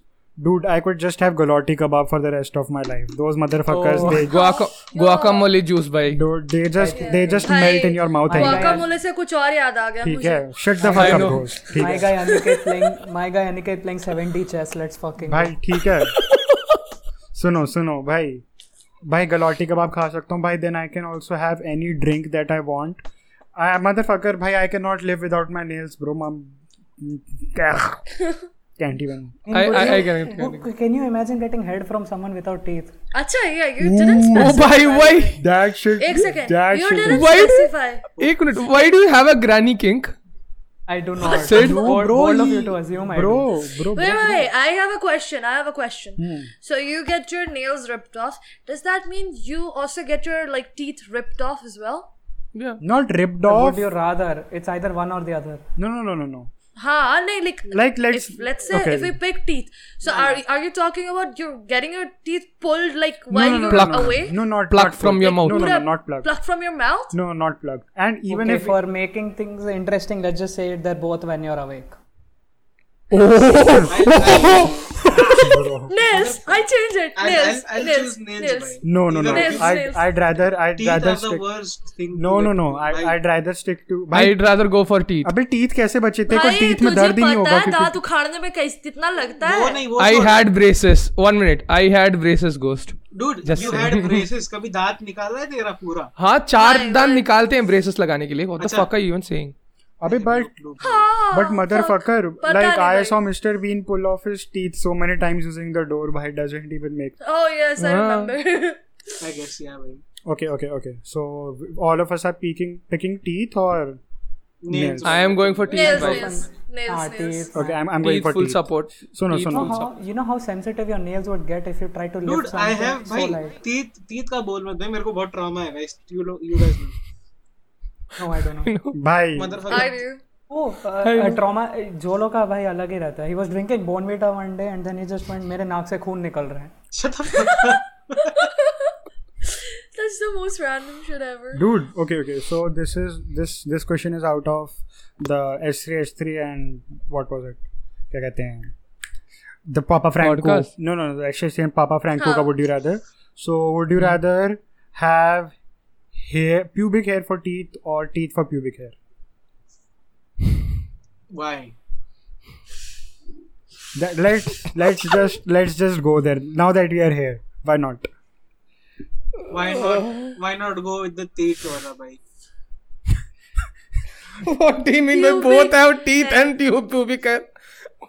dude, I could just have galotti kebab for the rest of my life. Those motherfuckers, Oh. they Guaca- guacamole juice bhai dude, they just, they just भाई, melt in your mouth. I- and- guacamole से कुछ और याद आ गया ठीक मुझे है, shut the I fuck up, know. bros. ठीक my है, guy Aniket playing my guy Aniket playing 70 chess. Let's fucking go. भाई ठीक है. सुनो सुनो भाई भाई गलौटी कबाब खा सकता हूँ भाई then I can also have any drink that I want I mother fucker भाई I can not live without my nails bro hmm can't even And I- would I- you- I can- I can- would- Can you imagine getting head from someone without teeth? अच्छा ये you didn't oh specify bhai why that shit एक second you that didn't Why do- specify एक minute why do you have a granny kink I do not. Sid? Bold- bold of you to assume I bro do. bro Wait, wait, wait. I have a question. I have a question. Hmm. So you get your nails ripped off. Does that mean you also get your like teeth ripped off as well? yeah not ripped Would off you rather? It's either one or the other. No no no no no Huh? no, Like, Like, let's- if, let's say okay. if we pick teeth. So are are you talking about you're getting your teeth pulled like while no, no, you're no, no, away? no not Pluck not from plugged. your mouth. no no Pura- no not plugged Plucked from your mouth. no not plugged and even okay, if for making things interesting, let's just say they're both when you're awake. Nails. I change it. Nails. I'll, I'll, I'll nails. choose nails. nails. bhai. No, no, no. Either of Nails, you. I'd, nails. I'd rather I'd teeth rather are the stick. worst thing. to No, no, get no. to. I I'd rather stick to. भाई I'd rather go for teeth अबे teeth कैसे बचे तेरे को भाई, teeth में तुझे दर्द ही नहीं पता होगा है दांत क्योंकि उखाड़ने में कैसे कितना लगता वो है नहीं वो I छोड़. had braces one minute I had braces ghost dude Just you saying. had braces कभी दांत निकाला है तेरा पूरा हाँ चार Why, दान why? निकालते हैं ब्रेसेस लगाने के लिए what the अच्छा। fuck are you even saying अबे but हाँ, but motherfucker पता like नहीं I भाई. saw Mr Bean pull off his teeth so many times using the door. भाई doesn't even make. Oh yes, I हाँ. remember. I guess yeah भाई Okay, okay, okay. So all of us are picking picking teeth or nails I am going for teeth nails, bhai. nails, Ah, nails, nails. teeth. okay I'm I'm going teeth for full teeth. support सुनो Teeth सुनो full How, you know how sensitive your nails would get if you try to dude lift I something have so भाई light. teeth teeth का बोल मत भाई मेरे को बहुत trauma है guys you know you guys know No, I don't know. भाई I motherfucker do. Oh, uh, uh, trauma uh, Jolo का भाई अलग ही रहता है he was drinking Bournvita one day and then he just went मेरे नाक से खून निकल रहे हैं shut up That's the most random shit ever. dude okay okay so this is this this question is out of the s3 s3 and what was it क्या कहते हैं the papa franco Podcast. no no no the actually same papa franco हाँ. का would you rather so would you rather have hair pubic hair for teeth or teeth for pubic hair why that, let's let's just let's just go there now that we are here why not why not why not go with the teeth वाला भाई what do you mean by Pubic both have teeth and tube pubic hair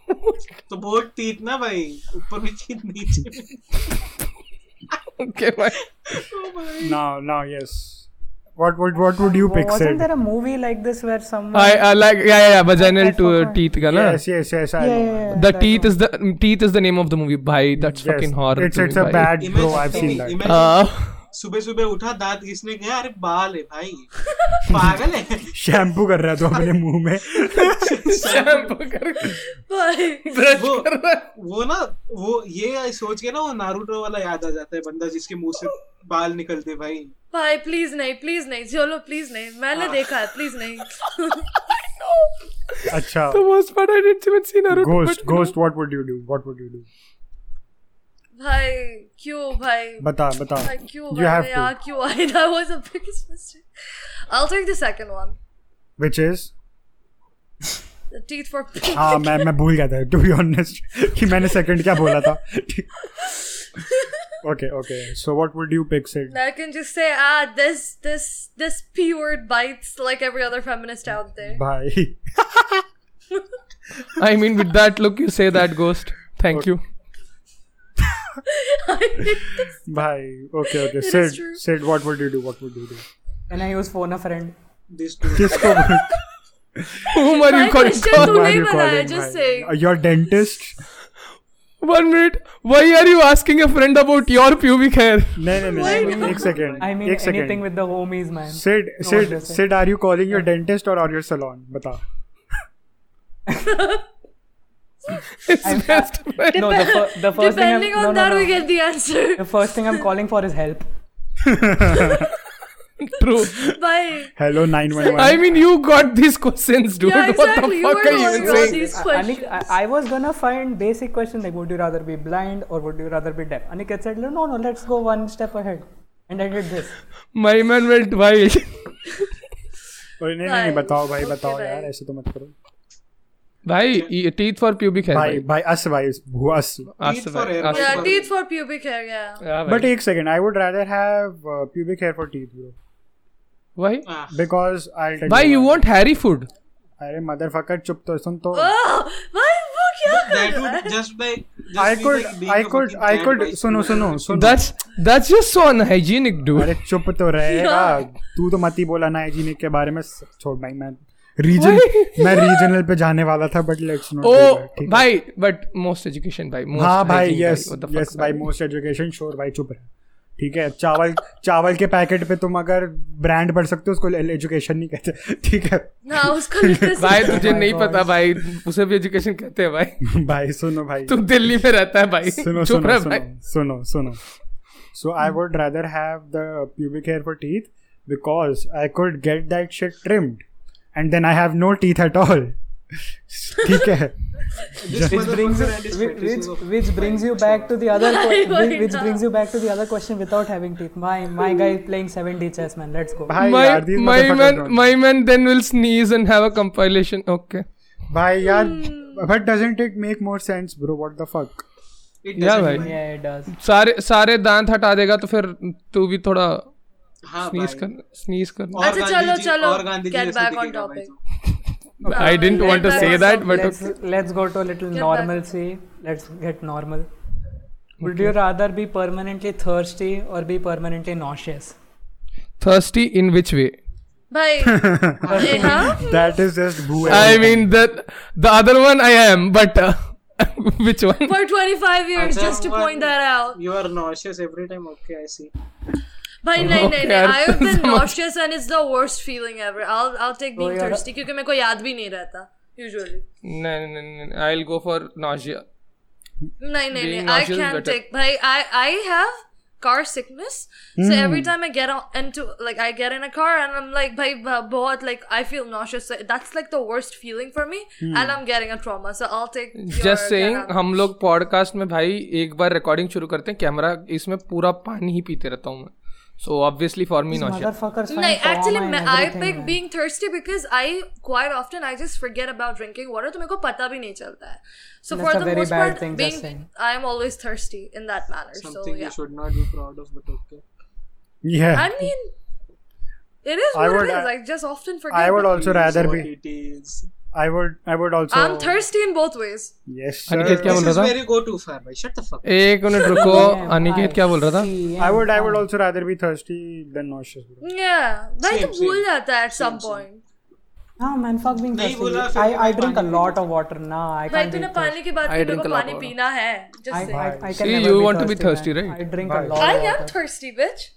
तो बहुत teeth ना भाई ऊपर भी teeth नीचे भी. okay bhai now now yes what would what would you pick Wasn't Sid? there a movie like this where someone I, I like yeah yeah, yeah vaginal to uh, teeth ka na yes yes yes I know. Yeah, yeah, yeah, the that teeth one. is the mm, teeth is the name of the movie bhai that's Yes, fucking horror it's to it's a me, bhai. bad bro Imagine- i've seen that imagine uh, सुबह सुबह उठा दांत घिसने गया अरे बाल है भाई पागल है शैम्पू कर रहा था अपने मुंह में But वो वो ना वो ये सोच के ना वो नारुतो वाला याद आ जाता है बंदा जिसके मुंह से बाल निकलते भाई भाई please नहीं please नहीं चलो please नहीं मैंने देखा है please नहीं अच्छा तो the worst part I didn't even see Naruto ghost but- ghost what would you do what would you do भाई क्यों भाई बता बता भाई क्यों you भाई have मैं to यहाँ क्यों आई that was the biggest mistake I'll take the second one which is the teeth for हाँ मैं मैं भूल गया था टू बी ऑनेस्ट कि मैंने सेकंड क्या बोला था okay okay so what would you pick said I can just say ah this this this p word bites like every other feminist out there भाई I mean with that look you say that ghost thank you भाई okay okay is said true. Said what would you do what would you do Can I use phone a friend? This to किसको whom are My you calling question God? to- नहीं बनाया, just saying. Your dentist one minute why are you asking a friend about your pubic hair नहीं नहीं नहीं एक I second mean एक anything second with the homies, man. Sid, No, Sid, just say. Sid, are you calling your dentist or or your salon? बता. it's best friend. No, the, fir- the first thing. I'm- depending no, on no, that no. we get the answer The first thing I'm calling for is help. True. Bye. Hello, I 911. mean, you got these questions, dude. yeah, what exactly. the You fuck were are the one you who asked saying? these questions. Anik, I, I was gonna find basic questions like would you rather be blind or would you rather be deaf? Aniket said, no, no, let's go one step ahead. And I did this. My man went wild. अरे नहीं नहीं नहीं, Bye. बताओ भाई Okay, बताओ bye. यार ऐसे तो मत करो भाई ये e, teeth for pubic hair. भाई भाई भाई अस भाई भुअस आज Teeth से for भाई, hair, आज भाई. से Yeah, teeth for pubic hair, yeah. भाई. Yeah, बट भाई. एक second I would rather have pubic hair for teeth bro Why? Ah. Because I Why you want hairy food? अरे मदरफकर चुप तो सुन तो Oh, why वो क्या कर That रहा है? would just like. Just I be could like being I a could fucking I cat could by सुनो someone सुनो else. सुनो That's that's just so unhygienic, dude. अरे चुप तो रहेगा तू तो मत ही बोला ना हाइजीनिक के बारे में छोड़ भाई मैं रीजन मैं रीजनल पे जाने वाला था बट लेट्स नॉट Oh, भाई, but most education, भाई. Most हाँ भाई hygiene, yes What the fuck, yes भाई मोस्ट एजुकेशन श्योर भाई चुप रहे ठीक है चावल चावल के पैकेट पे तुम अगर ब्रांड पढ़ सकते हो उसको एजुकेशन नहीं कहते ठीक है हाँ, उसको literacy- भाई तुझे नहीं पता भाई उसे भी एजुकेशन कहते हैं भाई भाई सुनो भाई तू दिल्ली में रहता है भाई सुनो चुप सुनो रह सुनो भाई सुनो सुनो so I would rather have the pubic hair for teeth because I could get that shit trimmed and then I have no teeth at all ठीक है This Which brings, motherfucker and his which, fetishes of- which, which brings you back to the other Why, why que- which not? brings you back to the other question without having teeth. My my guy playing 7D chess man. Let's go. भाई my यार these my motherfuckers man don't- my man then will sneeze and have a compilation okay भाई यार Hmm. But doesn't it make more sense bro what the fuck It yeah doesn't- भाई Yeah, it does. सारे सारे दांत हटा देगा तो फिर तू भी थोड़ा हाँ स्नीज भाई. कर स्नीज कर और अच्छा, गांधी चलो, जी- चलो. और गांधी जी Get जैसे back on दिखेगा भाई topic. तू. I didn't want to say that but let's okay. let's go to a little Get back. normalcy. Let's get normal. Would you rather be permanently thirsty or be permanently nauseous? thirsty in which way भाई, ए, हाँ? That is just भू I mean that the other one I am but uh, which one For 25 years, अच्छा, just to one- point that out. तो। You are nauseous every time. Okay, I see. भाई, नहीं, नहीं, नहीं. यार, I have been समझ- nauseous and it's the worst feeling ever. I'll- I'll take being यार- thirsty क्योंकि मेरे को याद भी नहीं रहता, usually. no no no no I'll go for nausea नहीं नहीं Being नहीं I nauseous is can better. Take भाई I I have car sickness Hmm. so every time i get on into like i get in a car and i'm like bhai bha- bahut like i feel nauseous that's like the worst feeling for me Hmm. and i'm getting a trauma so i'll take your- just saying क्या नाम- हम लोग podcast में भाई एक बार recording शुरू करते हैं कैमरा इसमें पूरा पानी ही पीते रहता हूँ मैं so obviously for me nausea Motherfuckers find नहीं trauma actually i in everything, pick man. being thirsty because i quite often i just forget about drinking water तो मेरे को पता भी नहीं चलता है so That's for a the very most bad part thing, just being saying. i'm always thirsty in that manner so Something you yeah should not be proud of, but okay. yeah I mean, it is I what would- it is. I- I just often forget. I would that. also It is rather what be It is. I would I would also I'm thirsty in both ways. yes Aniket क्या sir. बोल This is रहा where you go too far, भाई. Shut the fuck. up. था एक minute रुको Yeah, Aniket I क्या बोल रहा था see, I would I yeah. would also rather be thirsty than nauseous bro. Yeah, भाई तो Same, भूल same. जाता है at some point. No man, fuck being नहीं thirsty. बोला, फिर I, I पानी drink a पी lot of water. Nah, I भाई can't. तूने drink पानी की बात I की मेरे drink को a lot पानी of water. पीना है. I, Just I, saying. I can See, never you be want to be thirsty, man. right? I drink a Bye. lot. I am of water. thirsty, bitch.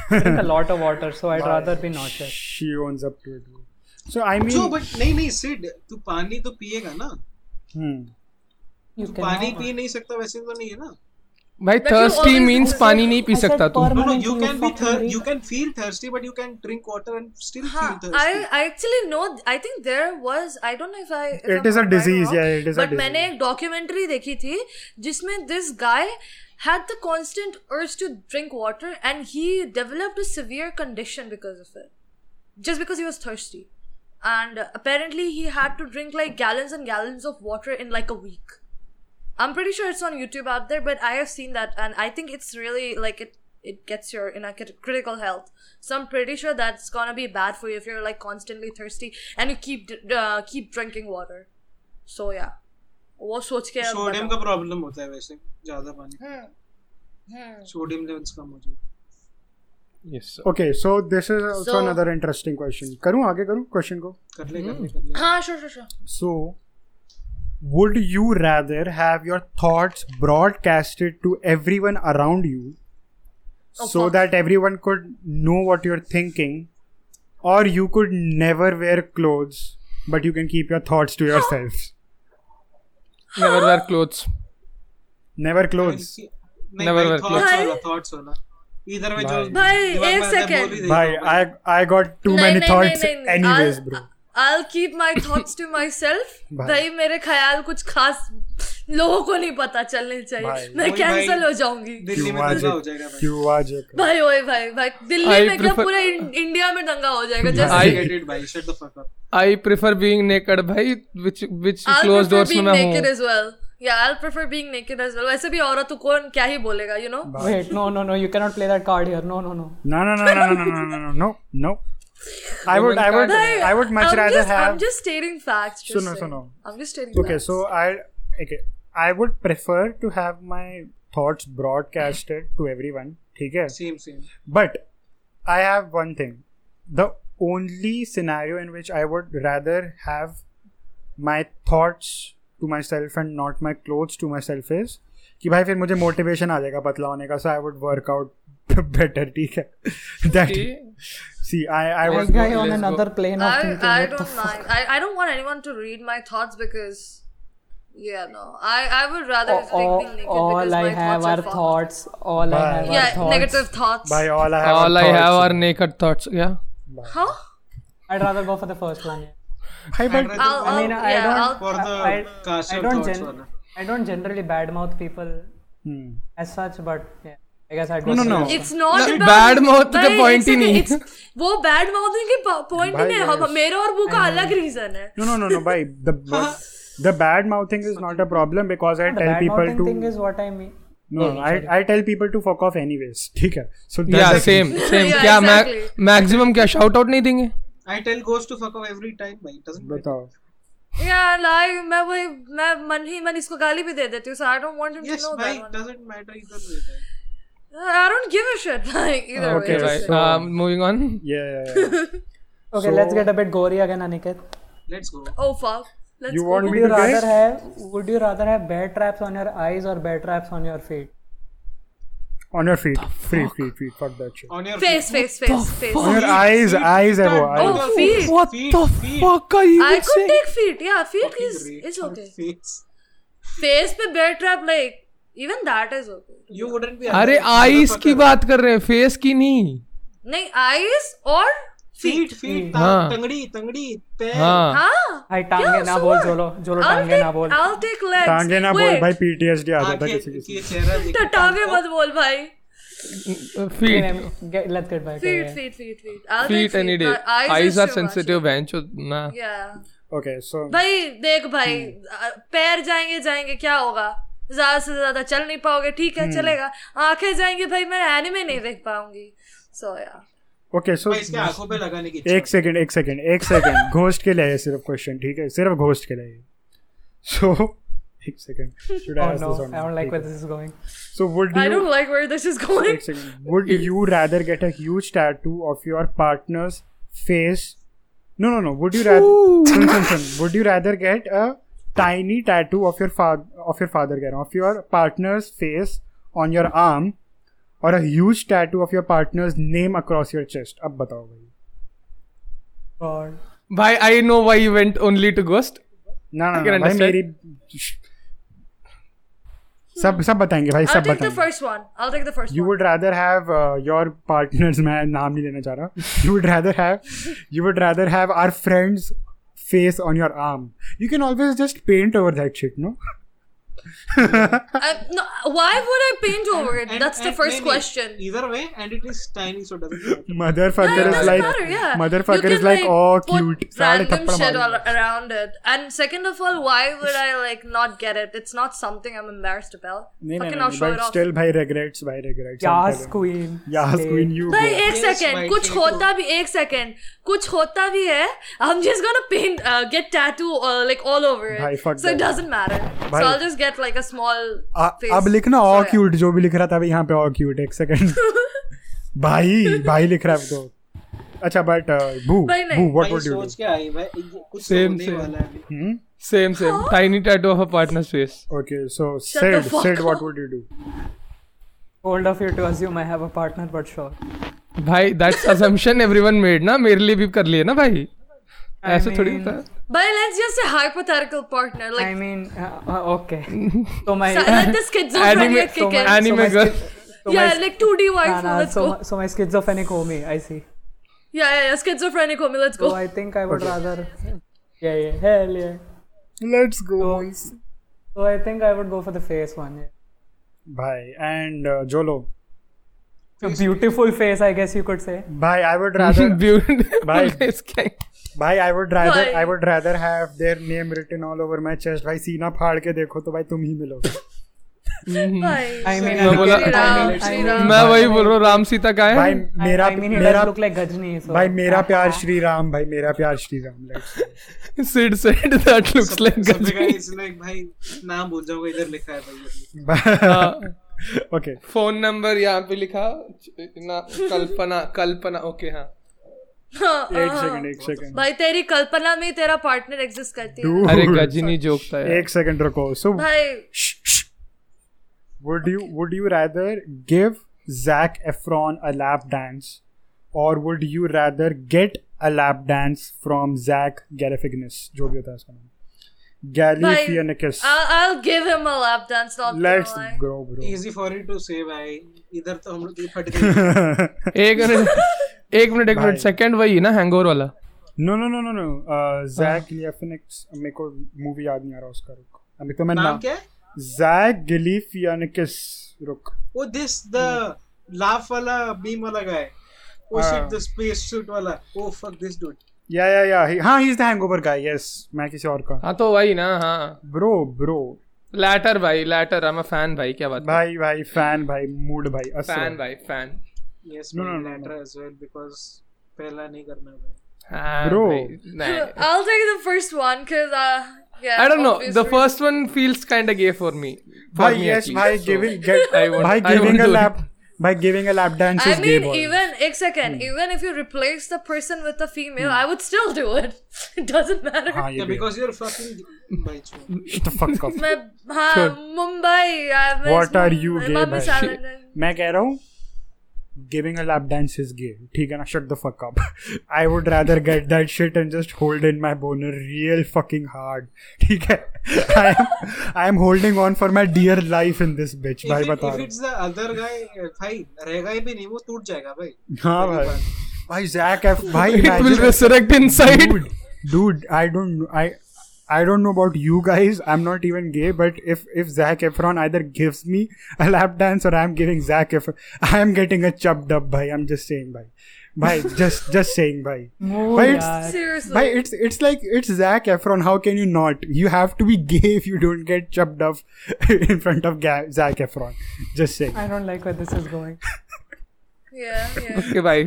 I drink a lot of water, so I'd Bye. rather be nauseous. She owns up to it. bro. So I mean, So, but नहीं नहीं सिड तू पानी तो पिएगा ना hmm. You तू can पानी पी नहीं सकता वैसे तो नहीं है ना भाई you thirsty always means do- पानी नहीं पी I said सकता तू permanently No, no, you you can be fucking thir- drink. you can feel thirsty, but you can drink water and still हाँ, feel I thirsty. I actually know. I think there was. I don't know if I. If It I'm is a right or disease, wrong, yeah, it is a But मैंने disease. एक documentary देखी थी जिसमें this guy had the constant urge to drink water and he developed a severe condition because of it. just because he was thirsty. And uh, apparently, he had to drink like gallons and gallons of water in like a week. I'm pretty sure it's on YouTube out there, but I have seen that, and I think it's really like it. It gets your in a crit- critical health, so I'm pretty sure that's gonna be bad for you if you're like constantly thirsty and you keep d- uh, keep drinking water. So yeah, वो सोच के अब sodium बताओ। हम्म, का problem होता है वैसे ज्यादा पानी सोडियम लेवल्स कम हो जाए okay. So this is also So- another interesting question. करूँ आगे करूँ question को. कर ले कर ले कर ले हाँ, sure, sure, sure. So would you rather have your thoughts broadcasted to everyone around you, Oh, so fuck. that everyone could know what you're thinking, or you could never wear clothes, but you can keep your thoughts to yourself. never wear clothes Never clothes. नहीं Never भाई wear thoughts clothes. वाला thoughts वाला इधर में जो भाई, दिमाग में एक आता है, second. बोल ही देता भाई हूँ i i got too नहीं, many नहीं, thoughts नहीं, नहीं, नहीं. anyways I'll- bro I'll keep my thoughts to myself. भाई। भाई मेरे ख्याल कुछ खास लोगों को नहीं पता चलने भाई। चाहिए मैं वही भाई। कैंसिल हो जाऊंगी दिल्ली में आज दंगा हो जाएगा भाई क्यों आज भाई ओए भाई भाई दिल्ली I में क्या prefer- पूरे इं- इंडिया में दंगा हो जाएगा भाई। जैसे I- I get it, भाई. Shut the fuck up. I prefer being naked भाई which which I'll close prefer doors में being मैं naked हूं as well. Yeah, I'll prefer being naked as well. वैसे भी औरत को कौन क्या ही बोलेगा, you know? Wait, no, no, no. You cannot play that card here. No, no, no. no no no no no no no no no no i would i would Bhai, i would much I'm rather just, I'm have just stating facts. just Suno, saying. suno. I'm just stating okay facts. so i okay i would prefer to have my thoughts broadcasted to everyone ठीक है Same, same. But I have one thing. The only scenario in which I would rather have my thoughts to myself and not my clothes to myself is कि भाई फिर मुझे motivation आ जाएगा पतला होने का so I would work out better ठीक है that see I I This was guy on let's go. another plane of I, thinking. I What the don't fuck? mind. I, I don't want anyone to read my thoughts because, yeah, no. I, I would rather All, just like being naked because Oh, all I my have thoughts are are fucked. thoughts. All I Bye. have are Yeah, thoughts. negative thoughts. भाई all I have all I have are naked thoughts या Huh? I'd rather go for the first one. yeah. भाई I'd but rather I'll, go I'll, mean, I yeah, don't- I'll, for the Uh, I, cast I your don't thoughts gen- on it. I don't generally badmouth people Hmm. as such, but yeah, I guess I'd No, go no, for no. the- it's not No, about bad mouth का भाई, it's point he okay, नहीं। it's- वो badmouthing के point ही भाई, नहीं है हम- guys. मेरा और वो का अलग रीजन है नो नो नो नो भाई the the bad mouthing is not a problem because I The tell people badmouthing to thing is what I mean. No I I tell people to fuck off anyways ठीक है so या same same Yeah, क्या मैं exactly. Maximum क्या shout out नहीं देंगे I tell ghosts to fuck off every time, bhai. It doesn't matter. बताओ या लाइक मैं वही मैं मन ही मन इसको गाली भी दे देती हूँ so I don't want him Yes, to know bhai. It that doesn't matter either way. bhai. I don't give a shit like either Okay, way right. Right So- moving on Yeah, yeah, yeah. Okay, let's get a bit gory again, Aniket. Let's go. Oh fuck. Let's You go. want Would me you to rather guess? have Would you rather have bear traps on your eyes or bear traps on your feet? On your feet. Free, free, free. Fuck that shit. On your face, face, face, face. On your eyes, eyes है वो eyes. Oh, feet. What Feet, the feet. fuck are you I could saying? take feet. Yeah, feet is Great. is okay. Face. Face पे bear trap like even that is okay. You wouldn't be. अरे allowed, eyes की motherfucker. बात कर रहे हैं face की नहीं नहीं eyes और Feet, feet, हाँ. tang- tangdi, tangdi, pair. हाँ हाँ. Hi, टांगे Yeah, ना so बोल what? जोलो जोलो I'll टांगे ना take बोल I'll take legs. टांगे ना बोल Wait, भाई पीटीएसडी आ जाता है आंखें किसी किसी देखिए, चेहरा देखिए, टा- टांगे टांगों- मत बोल भाई. Feet Get, let's get back. Feet, feet, feet, feet. I'll take feet any day but uh, Eyes, eyes is are too much. Sensitive bench ना Yeah. Okay, so भाई देख भाई अ, पैर जाएंगे जाएंगे क्या होगा ज्यादा से ज्यादा चल नहीं पाओगे ठीक हम्म। है चलेगा आंखें जाएंगे भाई मैं एनिमे नहीं देख पाऊंगी सो या okay, so भाई, इसके आंखों पे लगाने की एक सेकंड एक सेकंड एक सेकंड घोस्ट के लिए है सिर्फ क्वेश्चन ठीक है सिर्फ घोस्ट के लिए सो एक second should I Oh ask no, this or I don't not? like ठीक where है. this is going. So would I you don't like where this is going. एक second. Would you rather get a huge tattoo of your partner's face? No, no, no. Would you rather? Listen, listen. Would you rather get a tiny tattoo of your father, of your father, कह रहा हूँ, of your partner's face on your arm, or a huge tattoo of your partner's name across your chest? अब बताओ भाई. God. भाई I know why you went only to ghost ना ना I can ना, भाई understand. मेरी सब सब बताएंगे भाई I'll सब take the बताएंगे. first one. I'll take the first you one. would rather have uh, your partners मैं नाम नहीं लेना चाह रहा you would rather have you would rather have our friends face on your arm you can always just paint over that shit no I, no, why would I paint over it? And- That's the and- first nahi, nahi. question. Either way, and it is tiny, so it doesn't matter. motherfucker Yeah, it is doesn't like matter, yeah. motherfucker You is can, like oh put cute साले Random थप्पड़ shit all मारूंगा." around it. And second of all, why would I like not get it? It's not something I'm embarrassed about. नहीं Fucking नहीं I'll नहीं show it but off. still भाई regrets भाई regrets I'm Yas telling you. Queen. Yas Stay. queen you भाई bro. एक Yes, second my कुछ dear. होता भी एक सेकेंड कुछ होता भी है I'm just gonna paint uh, get tattoo uh, like all over भाई, it fuck so it that. doesn't matter so भाई। I'll just get like a small uh- face अब लिखना So, ओ yeah. क्यूट जो भी लिख रहा था अभी यहाँ पे ओ क्यूट एक सेकंड भाई भाई लिख रहा है अब तो अच्छा बट बू भाई, नहीं। बू व्हाट भाई, वुड यू सोच के आई, भाई, ये कुछ तो Same, होने same. वाला है अभी। Do same same tiny tattoo of a partner's face Okay, so Shut Sid, the fuck Sid, what up. would you do? Bold of you to assume I have a partner, but sure. भाई that's assumption everyone made ना मेरे लिए भी कर लिए ना भाई ऐसे थोड़ी mean- था भाई let's just say hypothetical partner I like mean, uh, uh, okay. So my so- let the schizophrenia Anime- kick in anime my girl schi- so So yeah, my, like 2D waifu. Nah, nah, let's so, go. my- so my schizophrenic homie, I see. Yeah, yeah, yeah, schizophrenic homie. Let's go. So I think I would rather. Yeah, yeah, hell yeah. Let's go. So I think I would go for the face one. Yeah. Bye. And uh, Jolo. A beautiful face, I guess you could say. Bye. I would rather. Bye. Beautiful. This guy. भाई I would rather Bye. I would rather have their name written all over my chest भाई सीना फाड़ के देखो तो भाई तुम ही मिलोगे Bye. I mean, मैं बोला- Shri Ram, Shri Uh, Ram. मैं वही बोल रहा हूँ राम सीता का भाई है मेरा I, I mean, he मेरा does look like Gajni. So. भाई मेरा प्यार श्री राम भाई मेरा प्यार Shri Ram let's go. Sid Sid that looks like Ghajini it's like भाई नाम भूल जाओगे इधर लिखा है भाई Uh, Bye. okay Uh-huh. Phone number यहाँ पे लिखा ना कल्पना कल्पना ओके हाँ हाँ, एक हाँ, सेकंड हाँ. एक सेकंड भाई Uh, तेरी कल्पना में ही तेरा पार्टनर एग्जिस्ट करती है Dude. अरे गजनी जोक था यार एक सेकंड रुको सो भाई would you would you rather give Zac Efron a lap dance or would you rather get a lap dance from Zac Galifianakis जो भी होता है उसका नाम भाई Galifianakis I'll, I'll give him a lap dance not gonna let's lie. go bro easy for you to say भाई इधर तो हम लोग फट गए एक मिनट एक मिनट एक मिनट भाई। सेकंड वही ना हैंगओवर वाला no no no no no uh, Zac Galifianakis मेरे को मूवी याद नहीं आ रहा उसका रुक अभी तो मैं नाम नाम क्या है Zac Galifianakis रुक वो दिस द लाफ वाला बीम वाला गाय वो हाँ। शिट द स्पेस सूट वाला Oh, oh fuck this dude yeah या या हाँ he is the hangover guy yes मैं किसी और का हाँ तो वही ना हाँ ब्रो ब्रो लैटर भाई लैटर आई एम फैन भाई क्या बात भाई भाई फैन भाई मूड भाई असर फैन भाई fan yes No, no no, no, no. Latter as well because पहला नहीं करना है भाई हाँ, Bro. I I'll take the first one because uh yeah don't know obvious the reason. First one feels kind गay for me By yes, by giving get, I won't- by I giving won't a do lap by giving a lap dance I is gay mean, boy. even एक second, Hmm. even if you replace the person with a female, I would still do it. it doesn't matter. हाँ, ये Yeah, भी है. because you're fucking by chance. Shut the fuck up. मैं हाँ Sure. Mumbai I miss What are you Mumbai, gay Mumbai by? Saturday. मैं कह रहा हूँ giving a lap dance is gay ठीक है ना shut the fuck up I would rather get that shit and just hold in my boner real fucking hard ठीक है I am I am holding on for my dear life in this bitch If भाई it- बता if रहा it's the other guy, eh, भाई रहेगा ही भी नहीं वो टूट जाएगा भाई हूँ हाँ पहली भाई बात। भाई जैक एफ भाई it will imagine- resurrect inside dude, dude, I don't, I, I don't know about you guys. I'm not even gay, but if if Zac Efron either gives me a lap dance or I'm giving Zac Efron, I'm getting a chub dub, bhai. I'm just saying, bhai, bhai, just just saying, bhai. Mood, Wait. yaar. Seriously, Bhai, it's it's like it's Zac Efron. How can you not? You have to be gay if you don't get chubbed up in front of Ga- Zac Efron. Just saying. I don't like where this is going. yeah, yeah. okay bye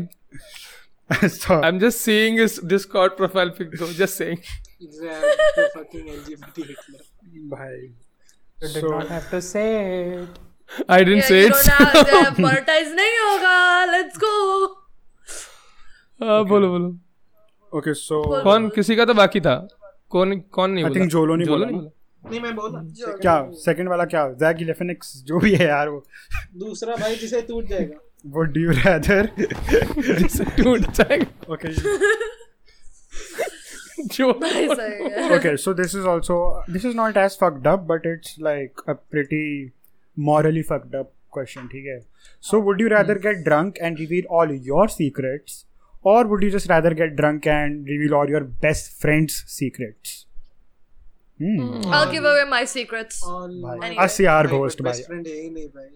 so, i'm just seeing his discord profile pic though just saying It's a- the fucking LGBT Hitler. bhai. You did So- not have to say it. i didn't Yeah, say you it don't have the monetize nahi hoga. Let's go. हाँ, बोलो बोलो Okay, so कौन किसी का तो बाकी था कौन कौन नहीं I बोला think Jolo ने बोला, बोला नहीं मैं बोला क्या सेकंड वाला क्या जैक इलेफेनिक्स जो भी है यार वो दूसरा भाई जिसे टूट जाएगा Would you rather? जैसे टूट जाएगा okay. जो Bhai, sorry, yeah. Okay. So this is also this is not as fucked up, but it's like a pretty morally fucked up question. Okay. So would you rather get drunk and reveal all your secrets, or would you just rather get drunk and reveal all your best friend's secrets? Hmm. I'll give away my secrets. Oh. All भाई Anyway. अस्सी आर भाई, ghost but भाई best friend है ही नहीं भाई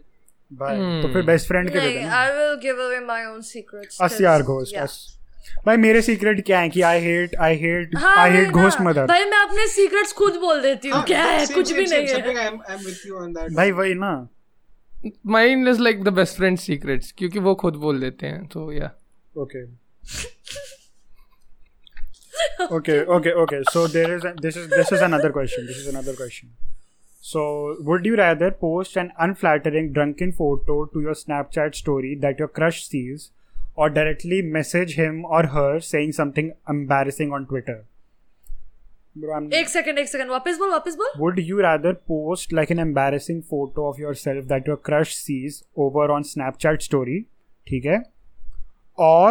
भाई तो फिर बेस्ट फ्रेंड के दे नहीं, देना I will give away my own secrets. 'cause- अस्सी आर घोस्ट yeah. भाई मेरे सीक्रेट क्या है कि आई हेट आई हेट हाँ, आई वही हेट ना। घोस्ट मदर भाई मैं अपने सीक्रेट्स खुद बोल देती हाँ, हूँ क्या है कुछ भी नहीं है I am with you on that भाई वही ना mind is like the best friend secrets क्योंकि वो खुद बोल देते हैं तो या okay okay okay okay so there is a, this is this is another question this is another question so would you rather post an unflattering drunken photo to your snapchat story that your crush sees or directly message him or her saying something embarrassing on twitter Bro, I'm- एक second एक second वापस बोल वापस बोल would you rather post like an embarrassing photo of yourself that your crush sees over on Snapchat story? ठीक है? Or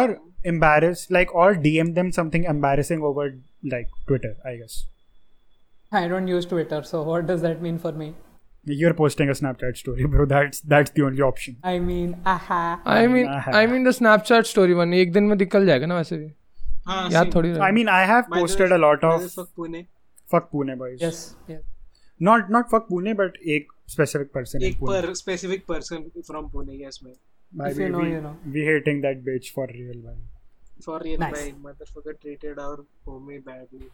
embarrass like or DM them something embarrassing over like Twitter, I guess. I don't use Twitter, so what does that mean for me? You're posting a Snapchat story, bro. That's that's the only option. I mean, aha. हाँ, I mean I mean the Snapchat story one एक दिन में निकल जाएगा ना वैसे भी हाँ, याद same. थोड़ी I mean, I have By the posted way, a lot by the of way, fuck Pune. fuck Pune boys. Yes. yes. Not not fuck Pune, but a specific person. in एक Pune. पर specific person from Pune. Yes, man. Bhai, If we, you know, we, you know. we hating that bitch for real, bhai. For real, Nice. bhai, motherfucker treated our homie badly.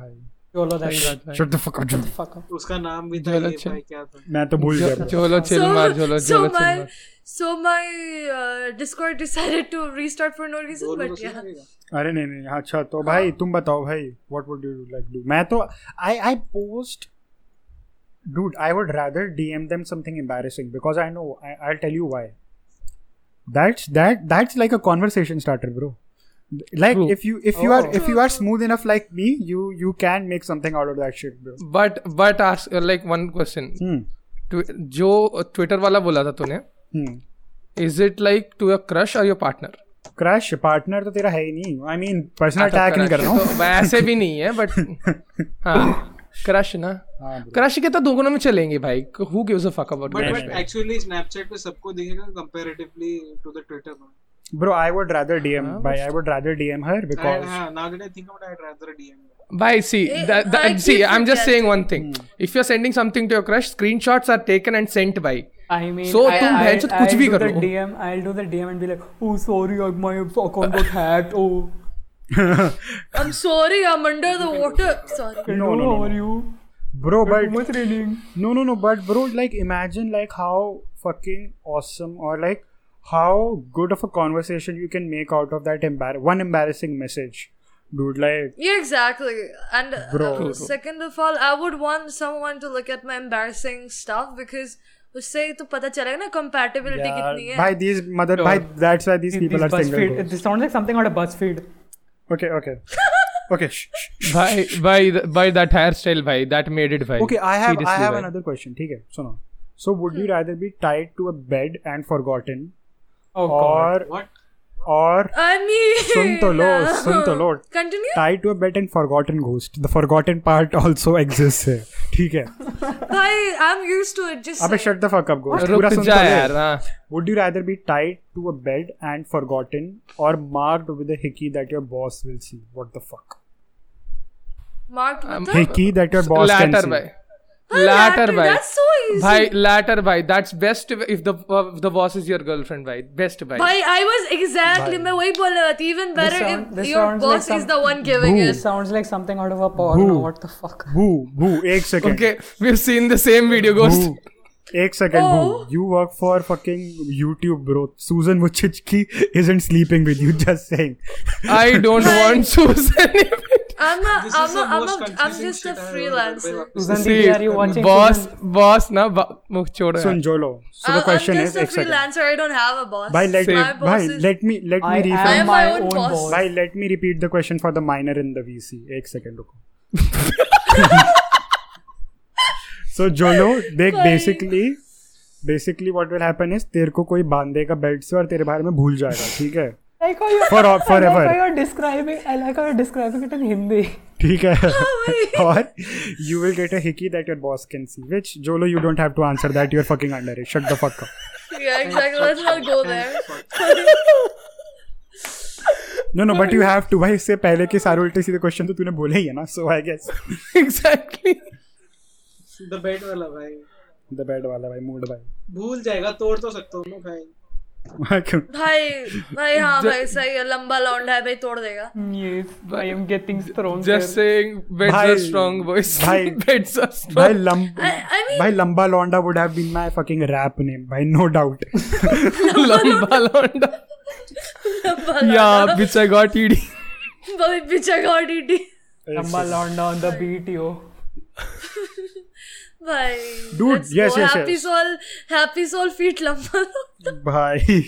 bhai. YOLO that shit. रहा Shut the fuck up, Jun. Fuck up. उसका नाम भी था ज्वाला ये अच्छा। चल। भाई क्या था मैं तो भूल गया bro. चलो चिल मार चलो so चलो चिल my मार so my uh, Discord decided to restart for no reason, दो लोगों but से yeah. लगेगा। अरे नहीं नहीं हाँ, अच्छा तो भाई तुम बताओ भाई what would you like do मैं तो I I post dude I would rather DM them something embarrassing because I know I I tell you why that's that that's like a conversation starter bro like True. if you if you are Oh. if you are smooth enough like me you you can make something out of that shit bro but but ask like one question hmm जो Twitter वाला बोला था तूने hmm is it like to your crush और your partner crush partner तो तेरा है ही नहीं आई मीन पर्सनल अटैक नहीं कर रहा हूँ वैसे तो भी नहीं है बट हाँ क्रश ना हाँ, bro. क्रश के तो दोनों में चलेंगे भाई who gives a fuck about but नहीं, बट नहीं। एक्चुअली स्नैपचैट पे सबको दिखेगा comparatively to the Twitter one bro i would rather dm by i would rather dm her because हां now that I think about I rather DM Bhai, see, Eh, the, the, I see, did I'm just forget. saying one thing. If you're sending something to your crush, screenshots are taken and sent by. I mean, So I, तुम I, भैंचोद I'll कुछ भी do कर the low. DM, I'll do the DM and be like, oh sorry, I- my account got hacked. Oh, I'm sorry, I'm under the water. Sorry. can No, you no, no, how are no. you? bro Too but much raining. no no no but bro like imagine like how fucking awesome or like how good of a conversation you can make out of that embar- one embarrassing message dude like Yeah, exactly. And uh, Bro. uh, second of all, I would want someone to look at my embarrassing stuff because उससे तो पता चलेगा ना compatibility कितनी है. yeah, by these mother by that's why these These people are single BuzzFeed. bro. This sounds like something out of BuzzFeed. okay okay okay shh, shh, shh. By by the, by that hairstyle, bhai, that made it, bhai. okay i have i Seriously, have bhai. another question ठीक है सुनो so would you rather be tied to a bed and forgotten Oh god. or what or I mean, सुन तो लो, सुन तो लो। Continue. tied to a bed and forgotten ghost. The forgotten part also exists here. ठीक है Bhai, I'm used to it. Just अबे say. shut the fuck up ghost. पूरा रुक सुन जा तो ले। यार हाँ Would you rather be tied to a bed and forgotten or marked with a hickey that your boss will see? What the fuck? marked with the Hickey that your boss can latter Bhai, latter, see. भाई letter भाई That's so easy. भाई letter भाई that's best if the the boss is your girlfriend भाई best भाई Bhai, I was exactly. मैं वही बोल रहा थी. Even better sound- if this your sounds like boss is some- the one giving This it. sounds like something out of a porno. Who? What the fuck? Boo, boo. एक second. Okay we have seen the same video ghost Boo. एक second, Oh. boo. You work for fucking YouTube, bro. Susan Wojcicki isn't sleeping with you. Just saying. I don't want Susan I'm a, This I'm is a, the I'm most a, I'm confusing just a shit I have ever heard, bhai, freelancer. वापस। Susan Didi, are you watching? Boss Susan? Boss ना बा- मुख छोड़ो यार। सुन जोलो. So Uh, I'm- the question I'm is, just a एक second. freelancer. I don't have a boss. Bhai, let, my boss bhai, is. let me let me I rephrase. I am am my my own own boss. boss. Bhai, let me repeat the question for the minor in the VC. एक second रुको. so Jolo, देख Bhai. basically basically what will happen is तेरे को कोई बांधेगा bed से और तेरे बारे में भूल जाएगा ठीक है I like how you. For- forever. I like how you're describing. I like how you're describing it in Hindi. ठीक है bhai. और you will get a hickey that your boss can see which Jolo you don't have to answer that you're fucking under it shut the fuck up yeah, exactly. Let's not go there. no no but you have to भाई इससे पहले के सारे उल्टे सीधे question तो तूने बोले ही है ना so I guess exactly the bed वाला भाई the bed वाला भाई mood भाई भूल जाएगा तोड़ तो सकता हूँ ना भाई भाई भाई हाँ भाई सही है लंबा लौंडा है भाई तोड़ देगा Yes, I am getting thrown. Just there. saying, beds are Bhai, strong, boys. bhai. beds are भाई strong. लम I- I mean- भाई लंबा लौंडा would have been my fucking rap name भाई नो डाउट Lamba londa. लंबा Yeah, लौंडा bitch, I got ED. भाई बिचा god ET Lamba Londa on the beat, yo. भाई Dude, let's yes, go. yes, happy yes. soul happy soul feet लंबा लौंडा भाई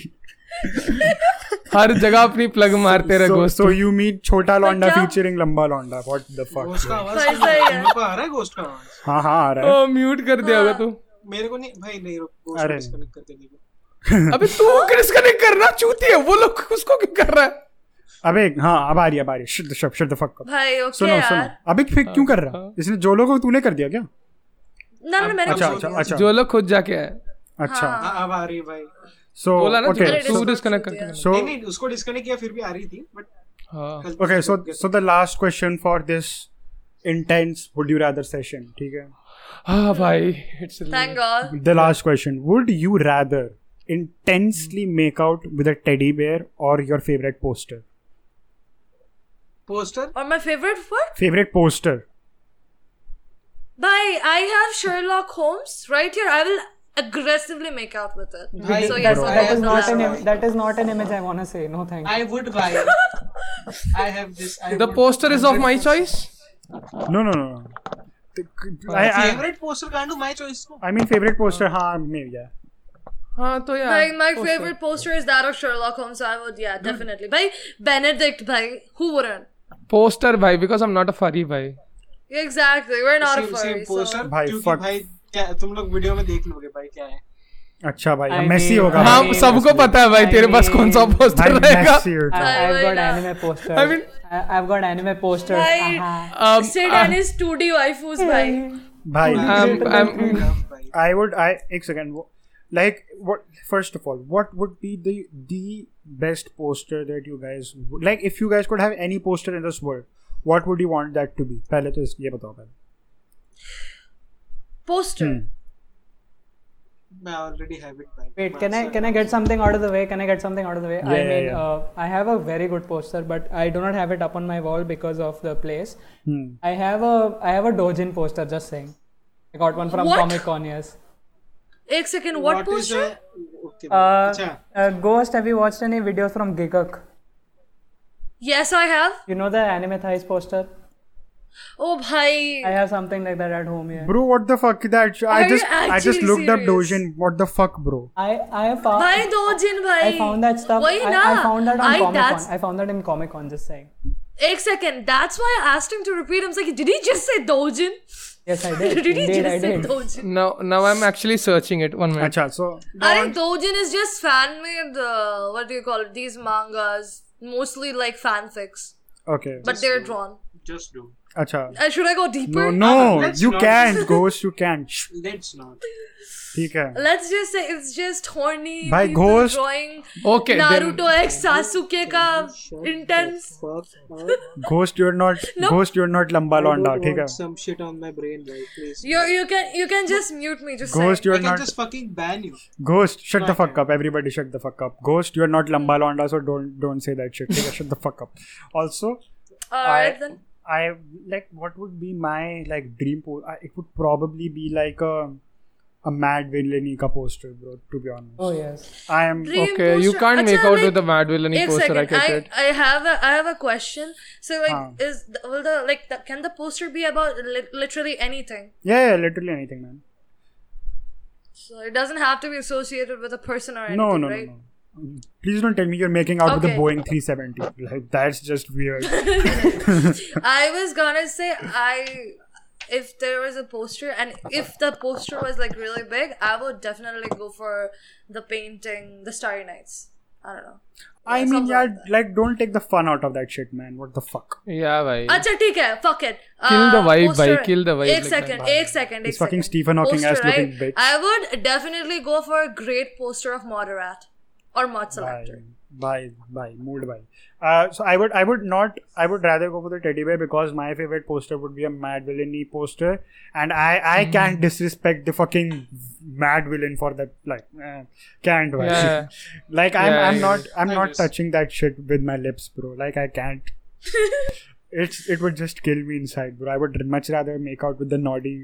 हर जगह अपनी प्लग मारते रहे so, दोस्त so you mean छोटा लौंडा तो क्या- featuring लंबा लौंडा what the fuck गोस्ट का आवाज भाई, क्यों आ सही है। रहा है मेरे को आ रहा है गोस्ट का आवाज हाँ हाँ आ रहा म्यूट Oh, कर दिया होगा तू मेरे को नहीं भाई नहीं रुक गोस्ट अरे। को डिस्कनेक्ट करके देखो हाँ। अबे तू डिस्कनेक्ट करना चूती है वो लोग उसको क्यों कर रहा है है अबे हाँ अब आ रही है अब आ रही है shut the shut- shut the fuck up तो- भाई ओके सुनो यार हाँ। सुनो अबे फिर क्यों कर रहा इसने जोलो को तूने कर दिया क्या ना ना मैंने अच्छा कुछ अच्छा नहीं अच्छा जो लोग खुद जाके आए अच्छा हाँ। हाँ, अब आ रही है भाई नहीं सो बोला ना ओके तुमने, so- तू डिस्कनेक्ट करके Yeah. सो नहीं उसको डिस्कनेक्ट किया फिर भी आ रही थी बट हाँ okay so so the last question for this intense would you rather session ठीक है हाँ भाई it's किया। अच्छा। really- Thank God. the last question would you rather intensely make out with a teddy bear or your favorite poster poster और my favorite what? favorite poster Bye. I have Sherlock Holmes right here. I will aggressively make out with it. Bro. so yes, Bro. I that is was not an not. im- that is not an image I wanna say. No thanks. I would buy it. I have this. I the would- poster is of my choice no no no no. I, I, Favorite poster can't do my choice. को. I mean favorite poster हाँ maybe yeah हाँ तो My, यार my favorite poster is that of Sherlock Holmes. So I would, yeah, Hmm. definitely. Bhai, Benedict, bhai, who wouldn't? poster भाई because I'm not a furry भाई Exactly, we're not a Same- furry. same so- poster. भाई, क्योंकि fuck. भाई क्या तुम लोग video में देख लोगे भाई क्या है अच्छा भाई I मेसी mean- होगा हाँ भाई, सबको Messi. पता है भाई तेरे पास कौन सा भाई पोस्टर रहेगा Messi होगा। I, I've got Bye-bye now. anime posters. I mean- I, I've got anime posters. Bhai, Aha. Um, Sid uh, and his 2D waifus, bhai. Hmm. भाई I'm- I'm- भाई I would I एक second wo- like what first of all what would be the the best poster that you guys would- like if you guys could have any poster in this world what would you want that to be पहले तो इस ये बताओ पहले Poster. Hmm. I already have it भाई Wait, can I can I get something out of the way? Can I get something out of the way? I Yeah, yeah, mean, yeah. Uh, I have a very good poster, but I do not have it up on my wall because of the place. Hmm. I have a I have a Dojin poster. Just saying, I got one from What? Comic Con. Yes. Ek second, what, is poster? the- okay, Uh, अच्छा uh, Ghost, have you watched any videos from Gigak? Yes, I have. You know the anime thighs poster. Oh, bhai. I have something like that at home. Yeah. bro what the fuck that I Are you just I just actually looked up serious? Dojin what the fuck bro I I have found Bhai, do jin, bhai. I found that stuff. Wahi I, na. I found that on I- Comic Con. that's- I found that in Comic Con. Just saying. Ek second, that's why I asked him to repeat. I was like, did he just say dojin? Yes, I did. did he Indeed, I just say did. dojin? now now I'm actually searching it one minute अच्छा so I think dojin is just fan made, uh, what do you call it, these mangas. Mostly like fanfics, okay but they're drawn. just do अच्छा Uh, should I go no deeper? no Let's you not- can't ghost you can't Shh, let's not ठीक है Let's just say it's just horny Bhai, people Ghost- drawing okay then Naruto x Sasuke ka intense. fuck up. ghost you're not No. ghost you're not लंबा I लौंडा don't ठीक है want some shit on my brain right please You you can you can just mute me. Just ghost saying. I you're can not just fucking ban you Ghost, shut the fuck up. Everybody shut the fuck up. Ghost, you're not Lamba Londa, so don't don't say that shit. Okay, shut the fuck up. Also, Alright I- then. I like what would be my like dream po- I, it would probably be like a a mad villainy ka poster, bro, to be honest. Oh yes. I am Dream okay you poster- can't make Achha, out like, with the mad villain एक poster I second, get I, it I have a I have a question. So like, Huh. is the, will the like the, can the poster be about li- literally anything? yeah, yeah, literally anything, man. So it doesn't have to be associated with a person or anything, No, no, no, right? no. Please don't tell me you're making out with a Okay. Boeing 370. Like that's just weird. I was gonna say I if there was a poster and if the poster was like really big, I would definitely go for the painting, the Starry Nights. I don't know. I mean, something yeah, like that. like don't take the fun out of that shit, man. What the fuck? yeah भाई अच्छा ठीक है fuck it Kill Uh, the vibe, poster- bhai, kill the vibe, एक like, second bhai. एक second This एक fucking second. Stephen Hawking Poster, ass looking right? bitch. I would definitely go for a great poster of Moderat or Mod Selector Bye, bye, mood bye. Uh, so I would, I would not, I would rather go for the teddy bear because my favorite poster would be a mad villainy poster, and I, I Hmm. can't disrespect the fucking mad villain for that. Like, eh, can't. bhai. Yeah. like I'm, Yeah, I'm I not, I'm I not guess. touching that shit with my lips, bro. Like I can't. it's, it would just kill me inside, bro. I would much rather make out with the naughty.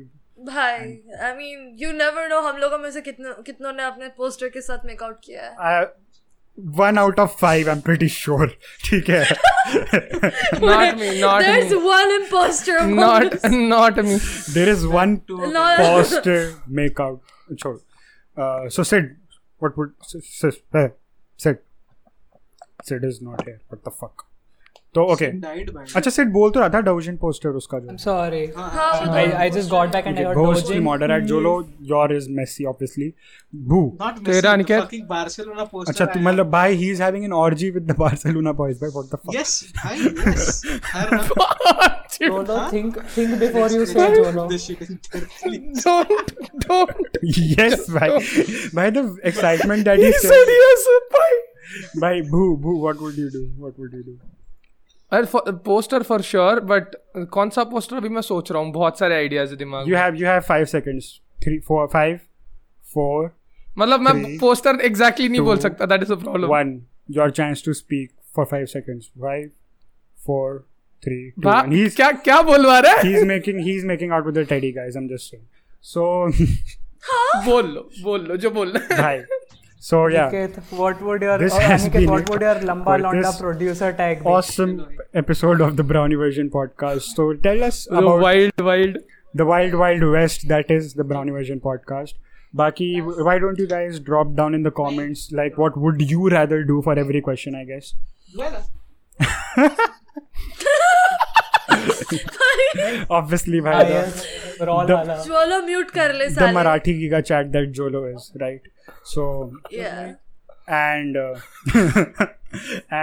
भाई I mean you never know हम लोगों में से कितनों कितनों ने अपने poster के साथ मेकआउट किया है Uh, one out of five, I'm pretty sure. ठीक है. not me not There's me one imposter among not us. not me there is one No. post make out छोड़ uh, so Sid what would Sid eh, Sid Sid is not here what the fuck तो okay died Uh, by अच्छा Sid बोल तो रहा था डाउजन poster उसका जो I'm sorry. हाँ, वो तो- I, I just got back and I got ghost की Dojin. मॉडरेट जो लो योर इज मेसी ऑब्वियसली बू not तेरा Messi, the Aniket? fucking Barcelona poster अच्छा तू I- मतलब भाई ही is having an orgy with the Barcelona boys भाई what the fuck yes I yes हर Jolo, think think before you say Jolo. This shit in there, please. don't, don't. yes, by, by the excitement that He he said said. yes, bye. By boo, boo, what would you do? What would you do? अरे for- poster for sure, but कौन सा poster अभी मैं सोच रहा हूँ बहुत सारे ideas है दिमाग You में have you have five seconds. Three, four, five, four, मतलब मैं three, poster exactly नहीं बोल two, सकता that is a problem one. Your chance to speak for five seconds. Five, four, three, two. भा- And he's क्या क्या बोलवा रहा है he's making he's making out with the teddy guys. I'm just saying. So, बोल लो बोल लो जो बोलना है। hi. So yeah, Aniket, what would your This or has Aniket, been what it. would your lamba But londa this- producer tag be? awesome episode of the Brownie Version podcast. So tell us The about wild wild the wild wild west that is the brownie version podcast baki why don't you guys drop down in the comments like what would you rather do for every question i guess Well, obviously by Ah, the, yes, raw The- lala. Jolo mute kar le the साले. marathi giga chat that jolo is right so Yeah. and uh,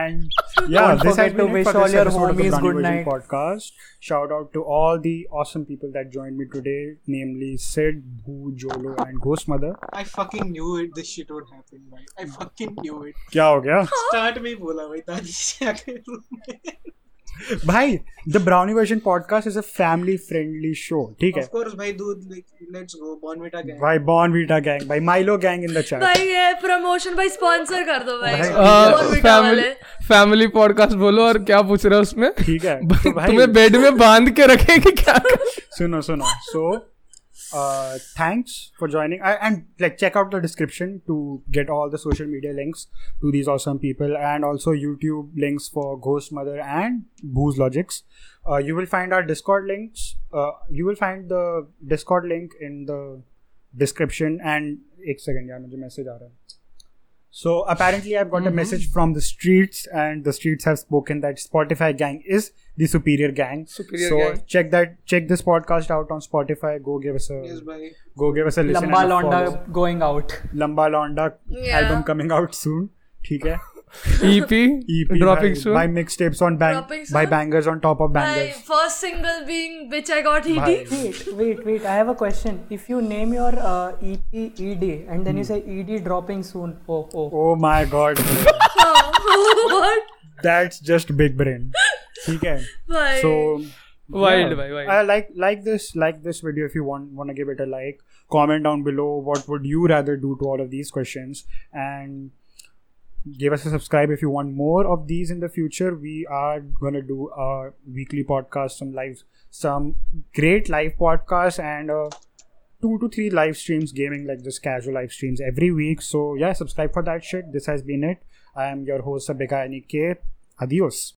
and yeah Don't this has forget to been it wish for this all your episode of the homies Brownie good Version night. podcast shout out to all the awesome people that joined me today namely sid boo jolo and ghost mother I fucking knew it. This shit would happen, bhai. I fucking knew it. क्या हो गया Start में ही बोला भाई दादी से आके room में. भाई the brownie version podcast is a family friendly show ठीक है Of course, भाई दूध like let's go. Bonvita gang. भाई बॉर्नविटा गैंग भाई Milo gang in the chat भाई ये प्रमोशन भाई स्पॉन्सर कर दो भाई भाई, और बिठा फैमिली वाले फैमिली पॉडकास्ट बोलो और क्या पूछ रहे हो उसमें ठीक है तो भाई तुम्हें बेड में बांध के रखेगी क्या सुनो सुनो uh, so thanks for joining and like check out the description to get all the social media links to these awesome people and also YouTube links for ghost mother and Bhuj logics you will find our Discord links you will find the Discord link in the description and एक second यार मुझे message आ रहा है So apparently, I've Mm-hmm. got a message from the streets, and the streets have spoken that Spotify gang is the superior gang. Superior so gang. check that, check this podcast out on Spotify. Go give us a Yes, bhai. go give us a listen. Lamba and a londa follow. going out. Lamba Londa Yeah. album coming out soon. ठीक है EP EP by, dropping by soon mixtapes on bang Dropping by soon. bangers on top of भाई bangers. First single being which I got ED Wait, wait, wait. I have a question. If you name your uh, EP ED and then you Hmm. say ED dropping soon, oh, oh. Oh my god, bro. हाँ, what that's just big brain. ठीक है. भाई So wild Yeah. भाई I wild like like this like this video if you want want to give it a like. Comment down below what would you rather do to all of these questions and give us a subscribe if you want more of these in the future. We are gonna do a weekly podcast, some live, some great live podcasts, and uh, two to three live streams, gaming like just casual live streams every week. So yeah, subscribe for that shit. This has been it. I am your host Abhika Aniket. E Adios.